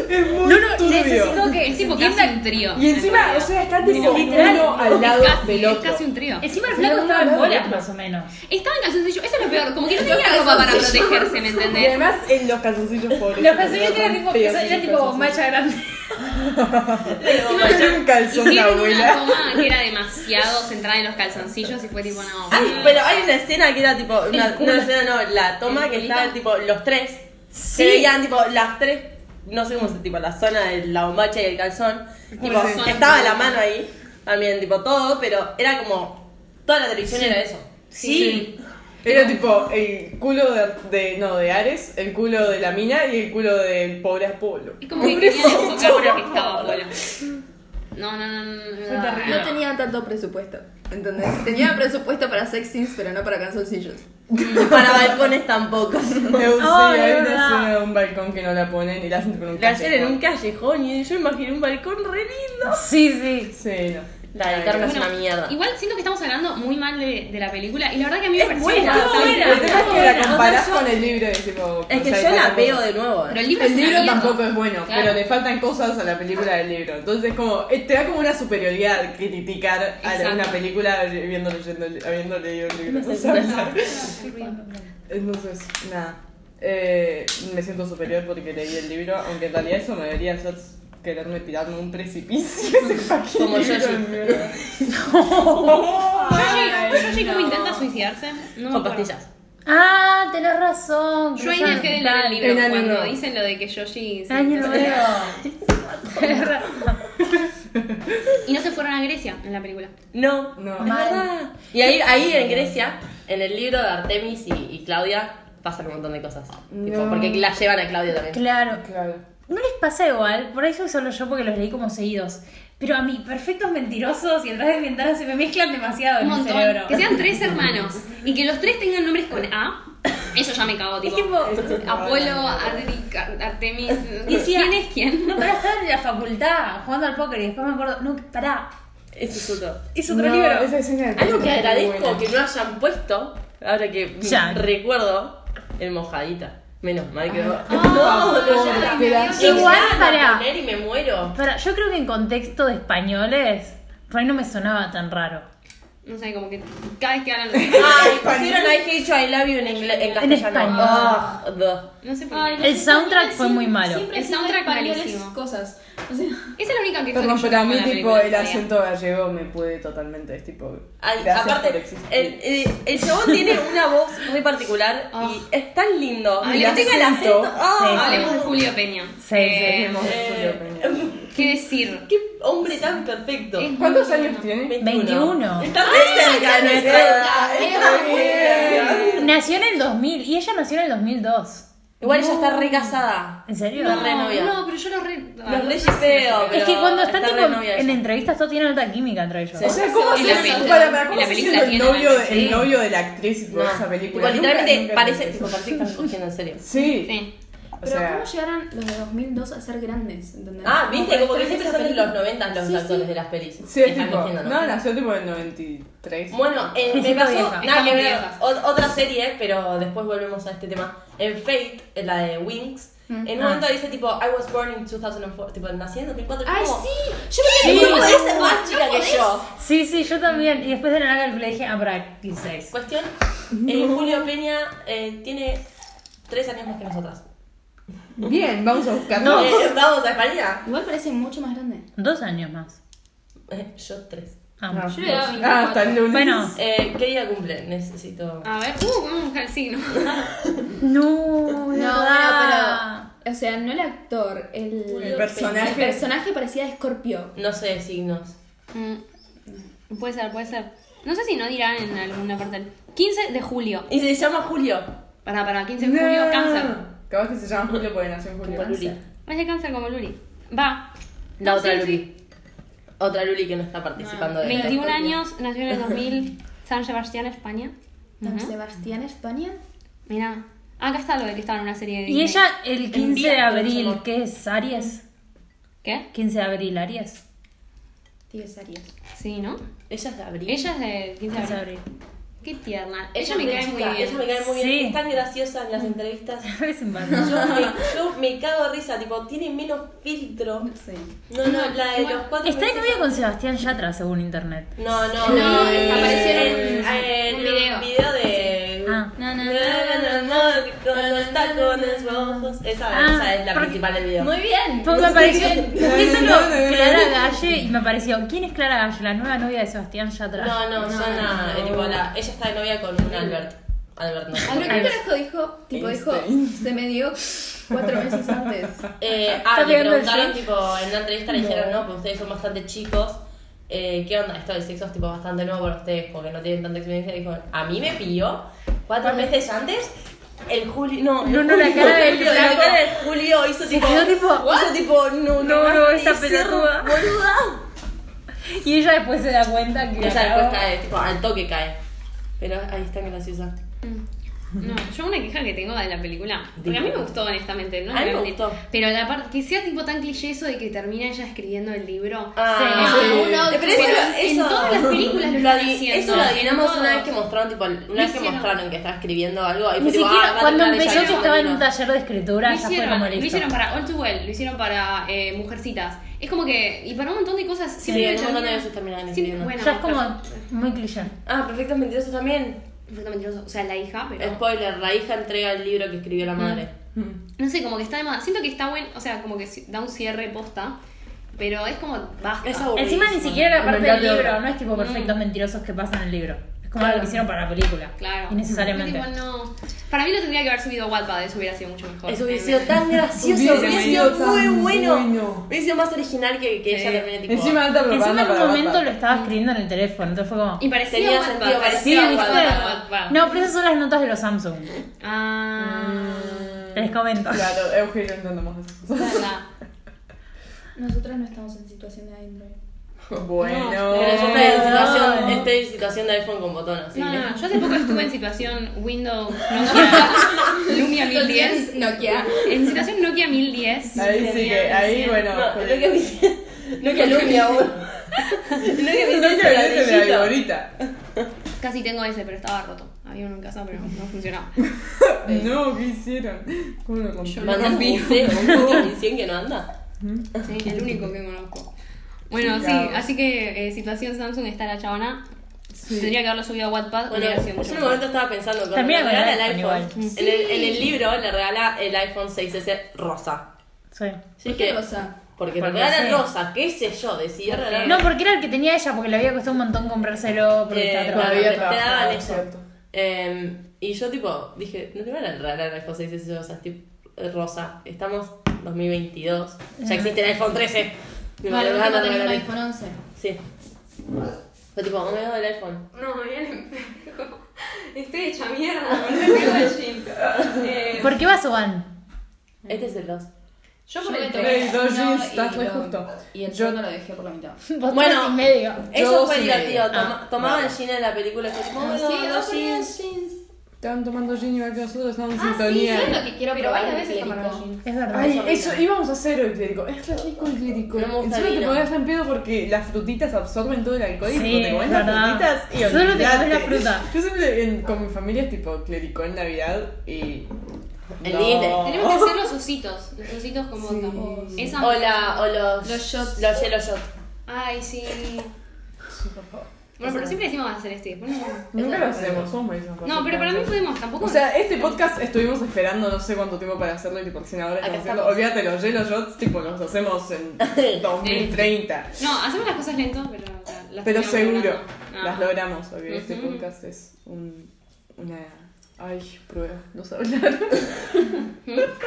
Speaker 4: Es muy turbio.
Speaker 5: necesito que
Speaker 3: Es tipo
Speaker 5: entienda-
Speaker 3: casi un trío.
Speaker 4: Y encima,
Speaker 3: realidad.
Speaker 4: o sea, está tipo
Speaker 5: Literal.
Speaker 4: uno al
Speaker 3: Es
Speaker 4: lado
Speaker 3: casi,
Speaker 4: del
Speaker 3: es
Speaker 4: otro.
Speaker 3: casi un trío.
Speaker 5: Encima el
Speaker 4: Sí,
Speaker 5: flaco
Speaker 4: no,
Speaker 5: estaba en
Speaker 4: no,
Speaker 5: bolas,
Speaker 4: no.
Speaker 5: más o menos.
Speaker 3: Estaba en calzoncillo, eso es lo peor, como que no tenía
Speaker 2: Los
Speaker 3: ropa para
Speaker 2: calzoncillos.
Speaker 3: protegerse, ¿me
Speaker 4: Y
Speaker 3: entendés?
Speaker 4: además, en los calzoncillos pobres.
Speaker 5: Los calzones eran tipo, eran tipo
Speaker 4: macho.
Speaker 5: bombacha grande.
Speaker 4: Era un calzón de
Speaker 3: Hicieron una
Speaker 4: abuela.
Speaker 3: toma que era demasiado centrada en los calzoncillos y fue tipo, no.
Speaker 1: Ay, Ah, pero hay una escena que era tipo. Una,
Speaker 5: El culo.
Speaker 1: una escena, no, la toma
Speaker 3: El
Speaker 1: que
Speaker 3: culito.
Speaker 1: estaban tipo los tres. Se veían tipo las tres. No sé cómo se tipo la zona de la bombacha y el calzón. Tipo,
Speaker 3: sí.
Speaker 1: que estaba la mano ahí. También, tipo todo, pero era como. Toda la televisión era eso.
Speaker 5: Sí.
Speaker 4: Era tipo el culo de, de- no de Ares, el culo de la mina y el culo del pobre Apolo.
Speaker 1: [LAUGHS]
Speaker 3: Es como que querían enfocar para que estaba Apolo. No, no, no, no. no.
Speaker 2: No tenía tanto presupuesto, ¿entendés?
Speaker 1: [LAUGHS]
Speaker 2: Tenía presupuesto para sex scenes, pero no para calzoncillos.
Speaker 1: Mm, Para balcones
Speaker 2: [LAUGHS]
Speaker 1: tampoco.
Speaker 4: Eu sí,
Speaker 5: Ay,
Speaker 4: hay
Speaker 5: es
Speaker 4: una
Speaker 5: verdad.
Speaker 4: escena de un balcón que no la ponen y la hacen con un
Speaker 1: La hacían en
Speaker 4: callejón.
Speaker 1: un callejón y yo imaginé un balcón re lindo.
Speaker 5: Sí, sí.
Speaker 4: Sí, no.
Speaker 1: La de
Speaker 4: Ay,
Speaker 1: Carmen es
Speaker 3: Bueno,
Speaker 1: una mierda.
Speaker 3: Igual siento que estamos hablando muy mal de, de la película y la verdad que a mí me pareció
Speaker 1: buena,
Speaker 3: bastante
Speaker 1: es buena.
Speaker 4: Ah, El tema es que la
Speaker 1: Bueno,
Speaker 4: comparás
Speaker 1: o sea, yo-
Speaker 4: con el libro y es tipo...
Speaker 1: Es que
Speaker 4: o sea,
Speaker 1: yo la
Speaker 4: tampoco-
Speaker 1: veo de nuevo.
Speaker 3: Pero
Speaker 1: eh.
Speaker 3: el libro,
Speaker 4: El
Speaker 3: es una
Speaker 4: libro
Speaker 3: mierda.
Speaker 4: tampoco es bueno,
Speaker 3: Claro.
Speaker 4: pero le faltan cosas a la película del libro. Entonces como, eh, te da como una superioridad criticar a la-
Speaker 3: Exacto.
Speaker 4: una película habiendo, leyendo, habiendo leído el libro.
Speaker 1: No sé,
Speaker 4: [LAUGHS] O sea,
Speaker 1: no.
Speaker 4: Entonces, nada. Eh, me siento superior porque leí el libro, aunque en realidad eso me debería hacer quererme tirarme un precipicio. [LAUGHS] ese fucking
Speaker 1: Como
Speaker 4: libro
Speaker 1: Yoshi.
Speaker 4: de mierda.
Speaker 3: Yoshi, Yoshi como intenta suicidarse. No me
Speaker 1: Con
Speaker 3: acuerdo.
Speaker 1: pastillas.
Speaker 5: Ah, tenés razón.
Speaker 3: Yo ahí dejé de leer el libro
Speaker 4: En anime.
Speaker 3: cuando dicen lo de que Yoshi se-
Speaker 5: Año nuevo. Tenés razón.
Speaker 3: Y no se fueron a Grecia en la película.
Speaker 1: No,
Speaker 4: No.
Speaker 1: Es
Speaker 5: Mal.
Speaker 1: verdad. Y ahí, ahí en Grecia, en el libro de Artemis y, y Claudia, pasan un montón de cosas. Tipo,
Speaker 4: No.
Speaker 1: porque la llevan a Claudia también.
Speaker 5: Claro.
Speaker 4: Claro.
Speaker 5: No les pasa igual, por eso solo yo porque los leí como seguidos. Pero a mí, perfectos mentirosos y atrás de mi ventana se me mezclan demasiado en
Speaker 3: Un
Speaker 5: mi
Speaker 3: montón.
Speaker 5: cerebro.
Speaker 3: Que sean tres hermanos y que los tres tengan nombres con A. Eso ya me cago, tipo. Apolo, Adri, Car- Artemis.
Speaker 5: Y si a-
Speaker 3: ¿Quién es quién?
Speaker 5: No, pará, estaba en la facultad jugando al póker y después me acuerdo, no, pará,
Speaker 1: Eso es otro.
Speaker 5: es otro
Speaker 4: No,
Speaker 5: libro.
Speaker 4: esa escena del
Speaker 1: Algo
Speaker 4: libro
Speaker 1: que
Speaker 4: es muy
Speaker 1: agradezco
Speaker 4: buena.
Speaker 1: que no hayan puesto, ahora que
Speaker 5: Ya.
Speaker 1: recuerdo, el mojadita. Menos mal que [LAUGHS] no.
Speaker 3: Ah,
Speaker 1: boludo,
Speaker 3: ay,
Speaker 1: ya
Speaker 3: me
Speaker 1: la-
Speaker 3: había
Speaker 1: Igual
Speaker 5: olvidado.
Speaker 1: para. Y me muero.
Speaker 5: Para, yo creo que en contexto de españoles, por ahí no me sonaba tan raro.
Speaker 3: No sé, como que cada vez que hablan.
Speaker 1: Ay, pusieron I hate you, I love you en, ingle- en castellano.
Speaker 5: español.
Speaker 1: Ah, duh.
Speaker 3: No sé por qué.
Speaker 6: Ay, los
Speaker 5: El soundtrack
Speaker 6: españoles
Speaker 5: fue muy
Speaker 6: siempre-
Speaker 5: malo.
Speaker 6: siempre
Speaker 3: El
Speaker 6: hacen
Speaker 3: soundtrack
Speaker 6: españoles
Speaker 3: malísimo.
Speaker 6: cosas. O sea,
Speaker 3: Esa es la única que
Speaker 4: Perdón,
Speaker 3: yo
Speaker 4: pero a
Speaker 3: conozco de la
Speaker 4: mí, tipo,
Speaker 3: película,
Speaker 4: el
Speaker 3: todavía.
Speaker 4: acento gallego me puede totalmente. Es tipo.
Speaker 1: Ay,
Speaker 4: gracias por
Speaker 1: aparte,
Speaker 4: existir.
Speaker 1: el, el, el chabón tiene una voz muy particular y es tan lindo.
Speaker 3: Ay,
Speaker 1: Y
Speaker 3: le tengo el
Speaker 4: acento.
Speaker 1: Ah,
Speaker 3: Hablemos de Julio Peña.
Speaker 5: Sí,
Speaker 3: Eh,
Speaker 4: Tenemos
Speaker 1: eh,
Speaker 4: Julio Peña.
Speaker 3: ¿Qué decir?
Speaker 1: Qué hombre tan perfecto.
Speaker 3: Es-
Speaker 4: ¿Cuántos años tiene?
Speaker 5: 21.
Speaker 1: Está re cerca de nuestra edad. Está muy cerca.
Speaker 5: Nació en el 2000 y ella nació en el 2002.
Speaker 1: Igual ella está re casada.
Speaker 5: ¿En serio?
Speaker 1: Está re novia.
Speaker 3: Ah, No, pero yo lo re.
Speaker 1: Los reyes feo,
Speaker 5: Es que cuando están
Speaker 1: está
Speaker 5: tipo,
Speaker 1: re novia
Speaker 5: en
Speaker 1: ella.
Speaker 5: entrevistas todo tiene alta química entre ellos.
Speaker 1: Sí.
Speaker 4: O sea, ¿cómo
Speaker 3: En la
Speaker 4: haces
Speaker 3: película-
Speaker 4: para, para,
Speaker 3: en
Speaker 4: ¿cómo
Speaker 3: la
Speaker 4: se
Speaker 3: película
Speaker 4: siendo el
Speaker 3: tiene
Speaker 4: novio, de- el
Speaker 5: sí.
Speaker 4: novio de la actriz y
Speaker 1: No.
Speaker 4: toda esa película?
Speaker 1: Ah. Igual,
Speaker 4: Nunca-
Speaker 1: literalmente
Speaker 4: nunca
Speaker 1: parece,
Speaker 4: entendí
Speaker 1: tipo,
Speaker 4: eso.
Speaker 1: parece que están cogiendo en serio.
Speaker 4: Sí.
Speaker 3: Sí.
Speaker 4: O
Speaker 6: Pero
Speaker 4: sea,
Speaker 6: ¿cómo llegaron los de 2002 a ser grandes? ¿Entendés?
Speaker 1: Ah, viste, como que
Speaker 6: parece
Speaker 1: siempre
Speaker 6: esa
Speaker 1: son de los
Speaker 6: película.
Speaker 1: 90 los
Speaker 6: Sí,
Speaker 1: actores
Speaker 6: sí.
Speaker 1: de las pelis.
Speaker 4: sí, es
Speaker 1: Están
Speaker 4: tipo.
Speaker 1: cogiendo, ¿no?
Speaker 4: No, nació tipo en el 93.
Speaker 1: Bueno, eh,
Speaker 5: Sí,
Speaker 1: me
Speaker 5: está
Speaker 1: pasó
Speaker 5: vieja.
Speaker 1: nada que
Speaker 3: Estamos
Speaker 1: ver,
Speaker 3: viejas.
Speaker 1: o- otra serie, pero después volvemos a este tema. En Fate, en la de Wings, en un
Speaker 5: Ah.
Speaker 1: momento dice tipo, I was born in 2004, tipo, nací en 2004.
Speaker 6: ¡Ay,
Speaker 1: como,
Speaker 6: sí!
Speaker 1: Yo
Speaker 5: Sí.
Speaker 1: me ¿cómo podés ser más chica que yo?
Speaker 5: Sí, sí, yo también. Y después de la nada le dije, ah, para 16.
Speaker 1: Cuestión, eh, Julio Peña eh, tiene tres años más que nosotras.
Speaker 4: Bien, vamos a buscarlo.
Speaker 1: Eh, ¿Vamos a España?
Speaker 6: Igual parece mucho más grande.
Speaker 5: Dos años más.
Speaker 1: Eh, yo tres.
Speaker 5: Ah,
Speaker 4: Ah,
Speaker 6: Yo le daba
Speaker 4: dos.
Speaker 6: 24.
Speaker 4: Ah, hasta el lunes.
Speaker 5: Bueno,
Speaker 1: Eh, ¿Qué día cumple? Necesito...
Speaker 3: A ver, uh, vamos a buscar el
Speaker 1: [LAUGHS]
Speaker 3: signo.
Speaker 5: no, es
Speaker 6: No,
Speaker 5: verdad.
Speaker 6: bueno, pero. O sea, no el actor, el,
Speaker 4: El personaje.
Speaker 6: el personaje parecía Escorpio.
Speaker 1: No sé, signos.
Speaker 3: Mm. Puede ser, puede ser. No sé si no dirán en alguna parte. del- 15 de julio.
Speaker 1: Y se llama Julio.
Speaker 3: Para, para, 15 de
Speaker 4: No.
Speaker 3: julio, cáncer.
Speaker 4: Capaz que se llama Julio porque nació en Julio.
Speaker 1: Tipo Luli.
Speaker 3: Es de cáncer como Luli. Va.
Speaker 1: La
Speaker 3: No,
Speaker 1: otra
Speaker 3: Ah, sí,
Speaker 1: Luli.
Speaker 3: sí. Ah.
Speaker 1: Otra Luli que no está participando de esto.
Speaker 3: 21 años, nació en el 2000, San Sebastián, España.
Speaker 6: Don Sebastián, España.
Speaker 3: Mira, Ah, acá está lo de que estaba en una serie de
Speaker 5: Y
Speaker 3: Disney.
Speaker 5: ella el 15 de
Speaker 1: Envía,
Speaker 5: abril,
Speaker 1: mucho.
Speaker 5: ¿qué es? ¿Aries?
Speaker 3: ¿Qué?
Speaker 5: 15 de abril, Aries.
Speaker 6: Tío es Arias.
Speaker 3: Sí, ¿no?
Speaker 1: Ella es de abril.
Speaker 3: Ella es de 15 de
Speaker 5: 15 de
Speaker 3: abril.
Speaker 5: abril.
Speaker 3: Qué tierna.
Speaker 1: Ella
Speaker 3: Ella
Speaker 1: es
Speaker 3: me
Speaker 1: una
Speaker 3: cae muy
Speaker 1: chica,
Speaker 3: bien.
Speaker 1: Ella me cae muy bien.
Speaker 5: Sí.
Speaker 1: Es tan graciosa en las entrevistas.
Speaker 5: [LAUGHS] Es un
Speaker 1: Yo
Speaker 5: bárbaro.
Speaker 1: me, yo me cago de risa, tipo, tiene menos filtro.
Speaker 6: Sí.
Speaker 1: No, no, la de los cuatro.
Speaker 5: Está
Speaker 1: meses-
Speaker 5: en novia con Sebastián Yatra, según internet.
Speaker 1: No, no,
Speaker 6: No,
Speaker 1: eh,
Speaker 6: apareció
Speaker 1: en
Speaker 6: en
Speaker 1: en
Speaker 3: un
Speaker 1: un
Speaker 3: video.
Speaker 1: video de.
Speaker 5: Ah.
Speaker 1: Na, na, na, na, na, Con los tacones rojos. Esa,
Speaker 5: Ah,
Speaker 1: esa es la
Speaker 5: porque-
Speaker 1: principal del video.
Speaker 6: Muy bien.
Speaker 5: Pues
Speaker 1: [LAUGHS]
Speaker 5: me apareció.
Speaker 4: bien.
Speaker 5: Busqué solo Clara Galle y me apareció. ¿Quién es Clara Galle? La nueva novia de Sebastián Yatra.
Speaker 1: No, no, son la- eh, tipo, la- ella está de novia con un Albert. Albert no.
Speaker 6: ¿Pero qué carajo dijo? Tipo, dijo,
Speaker 4: Einstein.
Speaker 6: se me dio cuatro
Speaker 1: [LAUGHS]
Speaker 6: meses antes.
Speaker 1: Eh, ah, le
Speaker 5: pegando el
Speaker 1: preguntaron, tipo, en una entrevista le dijeron, no, pues ustedes son bastante chicos. Eh, ¿Qué onda? Esto del sexo es tipo bastante nuevo para ustedes porque no tienen tanta experiencia. Dijo, a mí me pilló cuatro meses antes. El Julio, no, el
Speaker 5: No, no, la
Speaker 1: Julio,
Speaker 5: cara del
Speaker 1: Julio, la
Speaker 5: flaco.
Speaker 1: cara del Julio hizo tipo,
Speaker 5: quedó tipo,
Speaker 1: hizo tipo, no, no,
Speaker 5: no,
Speaker 1: te
Speaker 5: esta
Speaker 1: hicieron,
Speaker 5: pelotuda.
Speaker 1: boluda.
Speaker 5: Y ella después se da cuenta que. la
Speaker 1: Esa después
Speaker 5: cagó.
Speaker 1: cae, tipo, al toque cae. Pero ahí está graciosa.
Speaker 3: No, yo una queja que tengo de la película. Porque a mí me gustó, honestamente. No
Speaker 1: A mí me
Speaker 3: Realmente.
Speaker 1: gustó.
Speaker 3: Pero la parte que sea tipo tan cliché eso de que termina ella escribiendo el libro.
Speaker 1: Ah,
Speaker 4: sí.
Speaker 6: uno,
Speaker 1: Pero eso,
Speaker 6: bueno,
Speaker 1: eso-
Speaker 3: en todas las películas lo
Speaker 1: lo
Speaker 3: están
Speaker 1: adi-
Speaker 3: haciendo,
Speaker 1: Eso lo
Speaker 3: en
Speaker 1: adivinamos
Speaker 3: todo.
Speaker 1: una vez que mostraron, tipo, una vez que
Speaker 3: hicieron.
Speaker 1: mostraron que estaba escribiendo algo. Y
Speaker 5: Ni
Speaker 1: fue tipo,
Speaker 5: siquiera
Speaker 1: ah, va a
Speaker 5: cuando
Speaker 1: terminar
Speaker 5: empezó
Speaker 1: ella,
Speaker 5: yo
Speaker 1: no
Speaker 5: estaba en un
Speaker 1: terminó.
Speaker 5: taller de
Speaker 3: Lo
Speaker 5: escritura, ya fue
Speaker 3: hicieron,
Speaker 5: como
Speaker 3: lo
Speaker 5: listo.
Speaker 3: hicieron para All Too Well, lo hicieron para eh, Mujercitas. Es como que. Y para un montón de cosas.
Speaker 1: Sí,
Speaker 3: Siempre
Speaker 1: un montón de
Speaker 3: termina-
Speaker 1: veces terminaban
Speaker 3: siempre-
Speaker 1: escribiendo.
Speaker 3: bueno,
Speaker 5: Ya es como muy cliché.
Speaker 1: Ah, perfectos mentirosos también.
Speaker 3: perfecto mentiroso. O sea, la hija, pero.
Speaker 1: Spoiler, la hija entrega el libro que escribió la madre.
Speaker 3: No sé, como que está de moda. Siento que está bueno, o sea, como que si- da un cierre posta. Pero es como. Basta.
Speaker 1: Es aburridísimo.
Speaker 5: Encima ni siquiera la parte del
Speaker 4: Inventarte
Speaker 5: libro,
Speaker 4: otra.
Speaker 5: no es tipo perfectos mentirosos que pasan en el libro. Es como
Speaker 1: Claro.
Speaker 5: lo que hicieron para la película.
Speaker 3: Claro.
Speaker 5: Innecesariamente.
Speaker 3: Yo, tipo, no. Para mí lo tendría que haber subido a Wattpad, eso hubiera sido mucho mejor.
Speaker 1: Eso hubiera sido tan gracioso,
Speaker 4: Hubiera
Speaker 1: hubiera sido
Speaker 4: sido
Speaker 1: muy
Speaker 4: tan
Speaker 1: bueno.
Speaker 4: bueno.
Speaker 1: Hubiera sido más original que, que ella termine tipo.
Speaker 4: Encima alta
Speaker 5: Encima
Speaker 4: propaganda
Speaker 5: en un
Speaker 4: para
Speaker 5: momento
Speaker 4: Batman.
Speaker 5: lo estaba escribiendo en el teléfono, entonces fue como.
Speaker 3: Y parecía
Speaker 1: Tenía
Speaker 3: Wattpad,
Speaker 1: sentido,
Speaker 5: Sí,
Speaker 1: parecía
Speaker 3: parecía
Speaker 5: ¿viste?
Speaker 3: Wattpad, Wattpad.
Speaker 5: No, pero esas son las notas de los Samsung.
Speaker 3: Ah.
Speaker 5: Les comento.
Speaker 4: Claro, Euge y yo entendemos
Speaker 3: [LAUGHS]
Speaker 4: eso. [LAUGHS]
Speaker 3: verdad.
Speaker 6: Nosotros no estamos en situación de Android.
Speaker 4: Bueno.
Speaker 1: Pero yo estoy en
Speaker 4: Ah.
Speaker 1: situación, estoy en situación de iPhone con botón, así
Speaker 3: No,
Speaker 1: que.
Speaker 3: no, yo hace poco estuve en situación Windows Nokia Lumia 1010.
Speaker 6: Entonces, Nokia.
Speaker 3: En situación Nokia 1010.
Speaker 4: Ahí sí que, ahí bueno.
Speaker 1: No,
Speaker 4: con
Speaker 1: lo
Speaker 4: el-
Speaker 1: que
Speaker 4: [LAUGHS]
Speaker 1: me hicieron. No que alumnia, boludo. Lo que me
Speaker 4: [LAUGHS] No
Speaker 1: hicieron
Speaker 4: que
Speaker 1: el
Speaker 4: hablaste de
Speaker 1: ladrillito.
Speaker 4: la viborita.
Speaker 3: Casi tengo ese, pero estaba roto. Había uno en casa, pero no funcionaba.
Speaker 4: No, ¿qué hicieron? ¿Cómo lo rompí?
Speaker 1: ¿Mandaste un condición que no anda?
Speaker 3: Sí, el único que conozco. Bueno, sí,
Speaker 4: Claro.
Speaker 3: así que eh, situación Samsung está la chabona. Tendría que haberlo subido a Wattpad.
Speaker 1: Bueno,
Speaker 3: hubiera sido
Speaker 1: yo
Speaker 3: mucho
Speaker 1: en un
Speaker 3: mejor.
Speaker 1: momento estaba pensando, cuando
Speaker 5: También
Speaker 1: le
Speaker 5: habrá
Speaker 1: regala el
Speaker 5: iPhone
Speaker 1: iPhone, en, el, en el libro le regala el iPhone 6S rosa.
Speaker 5: Sí.
Speaker 1: Sí,
Speaker 6: ¿Qué rosa?
Speaker 1: Porque
Speaker 5: Porque
Speaker 1: le regala
Speaker 5: sí.
Speaker 1: rosa, qué sé yo, decidió regalar
Speaker 5: No, porque era el que tenía ella, porque le había costado un montón comprárselo, porque
Speaker 1: Eh,
Speaker 5: estaba
Speaker 1: cuando
Speaker 5: trabajando.
Speaker 4: había
Speaker 1: te- te
Speaker 4: trabajado,
Speaker 1: daban eso.
Speaker 4: cierto.
Speaker 1: Eh, y yo tipo dije, no te van a regalar el iPhone 6S rosa, tipo, eh, rosa. Estamos 2022, ya existe el iPhone 13. Me
Speaker 6: Vale,
Speaker 1: lo
Speaker 6: vos
Speaker 1: van a
Speaker 6: tenés un
Speaker 1: regalar.
Speaker 6: iPhone 11.
Speaker 1: Sí. Fue tipo, "Oh, me veo del iPhone.
Speaker 7: No, me viene enfermo. Estoy hecha mierda, boludo, me voy al gym. Eh,
Speaker 5: ¿Por qué vas o van? [LAUGHS]
Speaker 1: Este es el 2.
Speaker 6: Yo por el
Speaker 4: Ey, dos
Speaker 6: no,
Speaker 4: jeans, estás
Speaker 6: y
Speaker 4: re
Speaker 6: lo-
Speaker 4: justo.
Speaker 6: Y el
Speaker 4: Yo-
Speaker 6: yo no lo dejé por la mitad.
Speaker 5: Vos
Speaker 1: Bueno. eh,
Speaker 5: tres y medio.
Speaker 1: Eso
Speaker 4: dos
Speaker 1: fue
Speaker 4: y medio.
Speaker 1: divertido. Toma- tomaba el gin en la película y fue tipo, bueno,
Speaker 6: sí,
Speaker 1: dos
Speaker 6: dos jeans.
Speaker 1: gins.
Speaker 6: jeans.
Speaker 4: Estaban tomando gin igual que nosotros, estaban en
Speaker 6: Ah, sí,
Speaker 4: sintonía.
Speaker 6: ¿sabes lo que quiero
Speaker 7: pero
Speaker 6: probar?
Speaker 7: varias
Speaker 6: El
Speaker 7: veces tomaron
Speaker 6: clérigo.
Speaker 7: gin.
Speaker 5: Es verdad.
Speaker 4: Ay, eso, íbamos a hacer el clérico. Es re rico el clérico.
Speaker 1: No me gusta
Speaker 4: Encima
Speaker 1: el
Speaker 4: te
Speaker 1: vino.
Speaker 4: podés en pedo porque las frutitas absorben todo el alcohol y
Speaker 5: Sí,
Speaker 4: cuando te comes las
Speaker 5: verdad.
Speaker 4: frutitas y
Speaker 5: Solo te comes
Speaker 4: olvidate.
Speaker 5: la fruta.
Speaker 4: [LAUGHS] Yo siempre en- con mi familia es tipo clérico en Navidad y.
Speaker 1: El límite.
Speaker 3: Tenemos que hacer los ositos. Los ositos con vodka. Esa-
Speaker 1: O, la, o los,
Speaker 6: Los shots.
Speaker 1: Los hielo shots.
Speaker 3: Ay, sí. Bueno, pero siempre decimos hacer este. Bueno, bueno.
Speaker 4: Nunca lo hacemos, somos malísimos para
Speaker 3: No,
Speaker 4: hacer
Speaker 3: pero para mí
Speaker 4: cosas.
Speaker 3: podemos tampoco.
Speaker 4: O sea, este podcast estuvimos esperando no sé cuánto tiempo para hacerlo y tipo recién ahora
Speaker 1: Acá
Speaker 4: estamos haciendo.
Speaker 1: estamos.
Speaker 4: Olvídate los Yellow Shots, tipo los
Speaker 1: [LAUGHS]
Speaker 4: hacemos en 2030.
Speaker 3: No, hacemos las cosas lento, pero. o sea, las
Speaker 4: Pero
Speaker 3: terminamos
Speaker 4: seguro,
Speaker 3: logrando. Ah.
Speaker 4: las logramos. Olvidé, este
Speaker 3: Ujú.
Speaker 4: podcast es un, una. Ay, prueba, no sé hablar.
Speaker 1: [LAUGHS]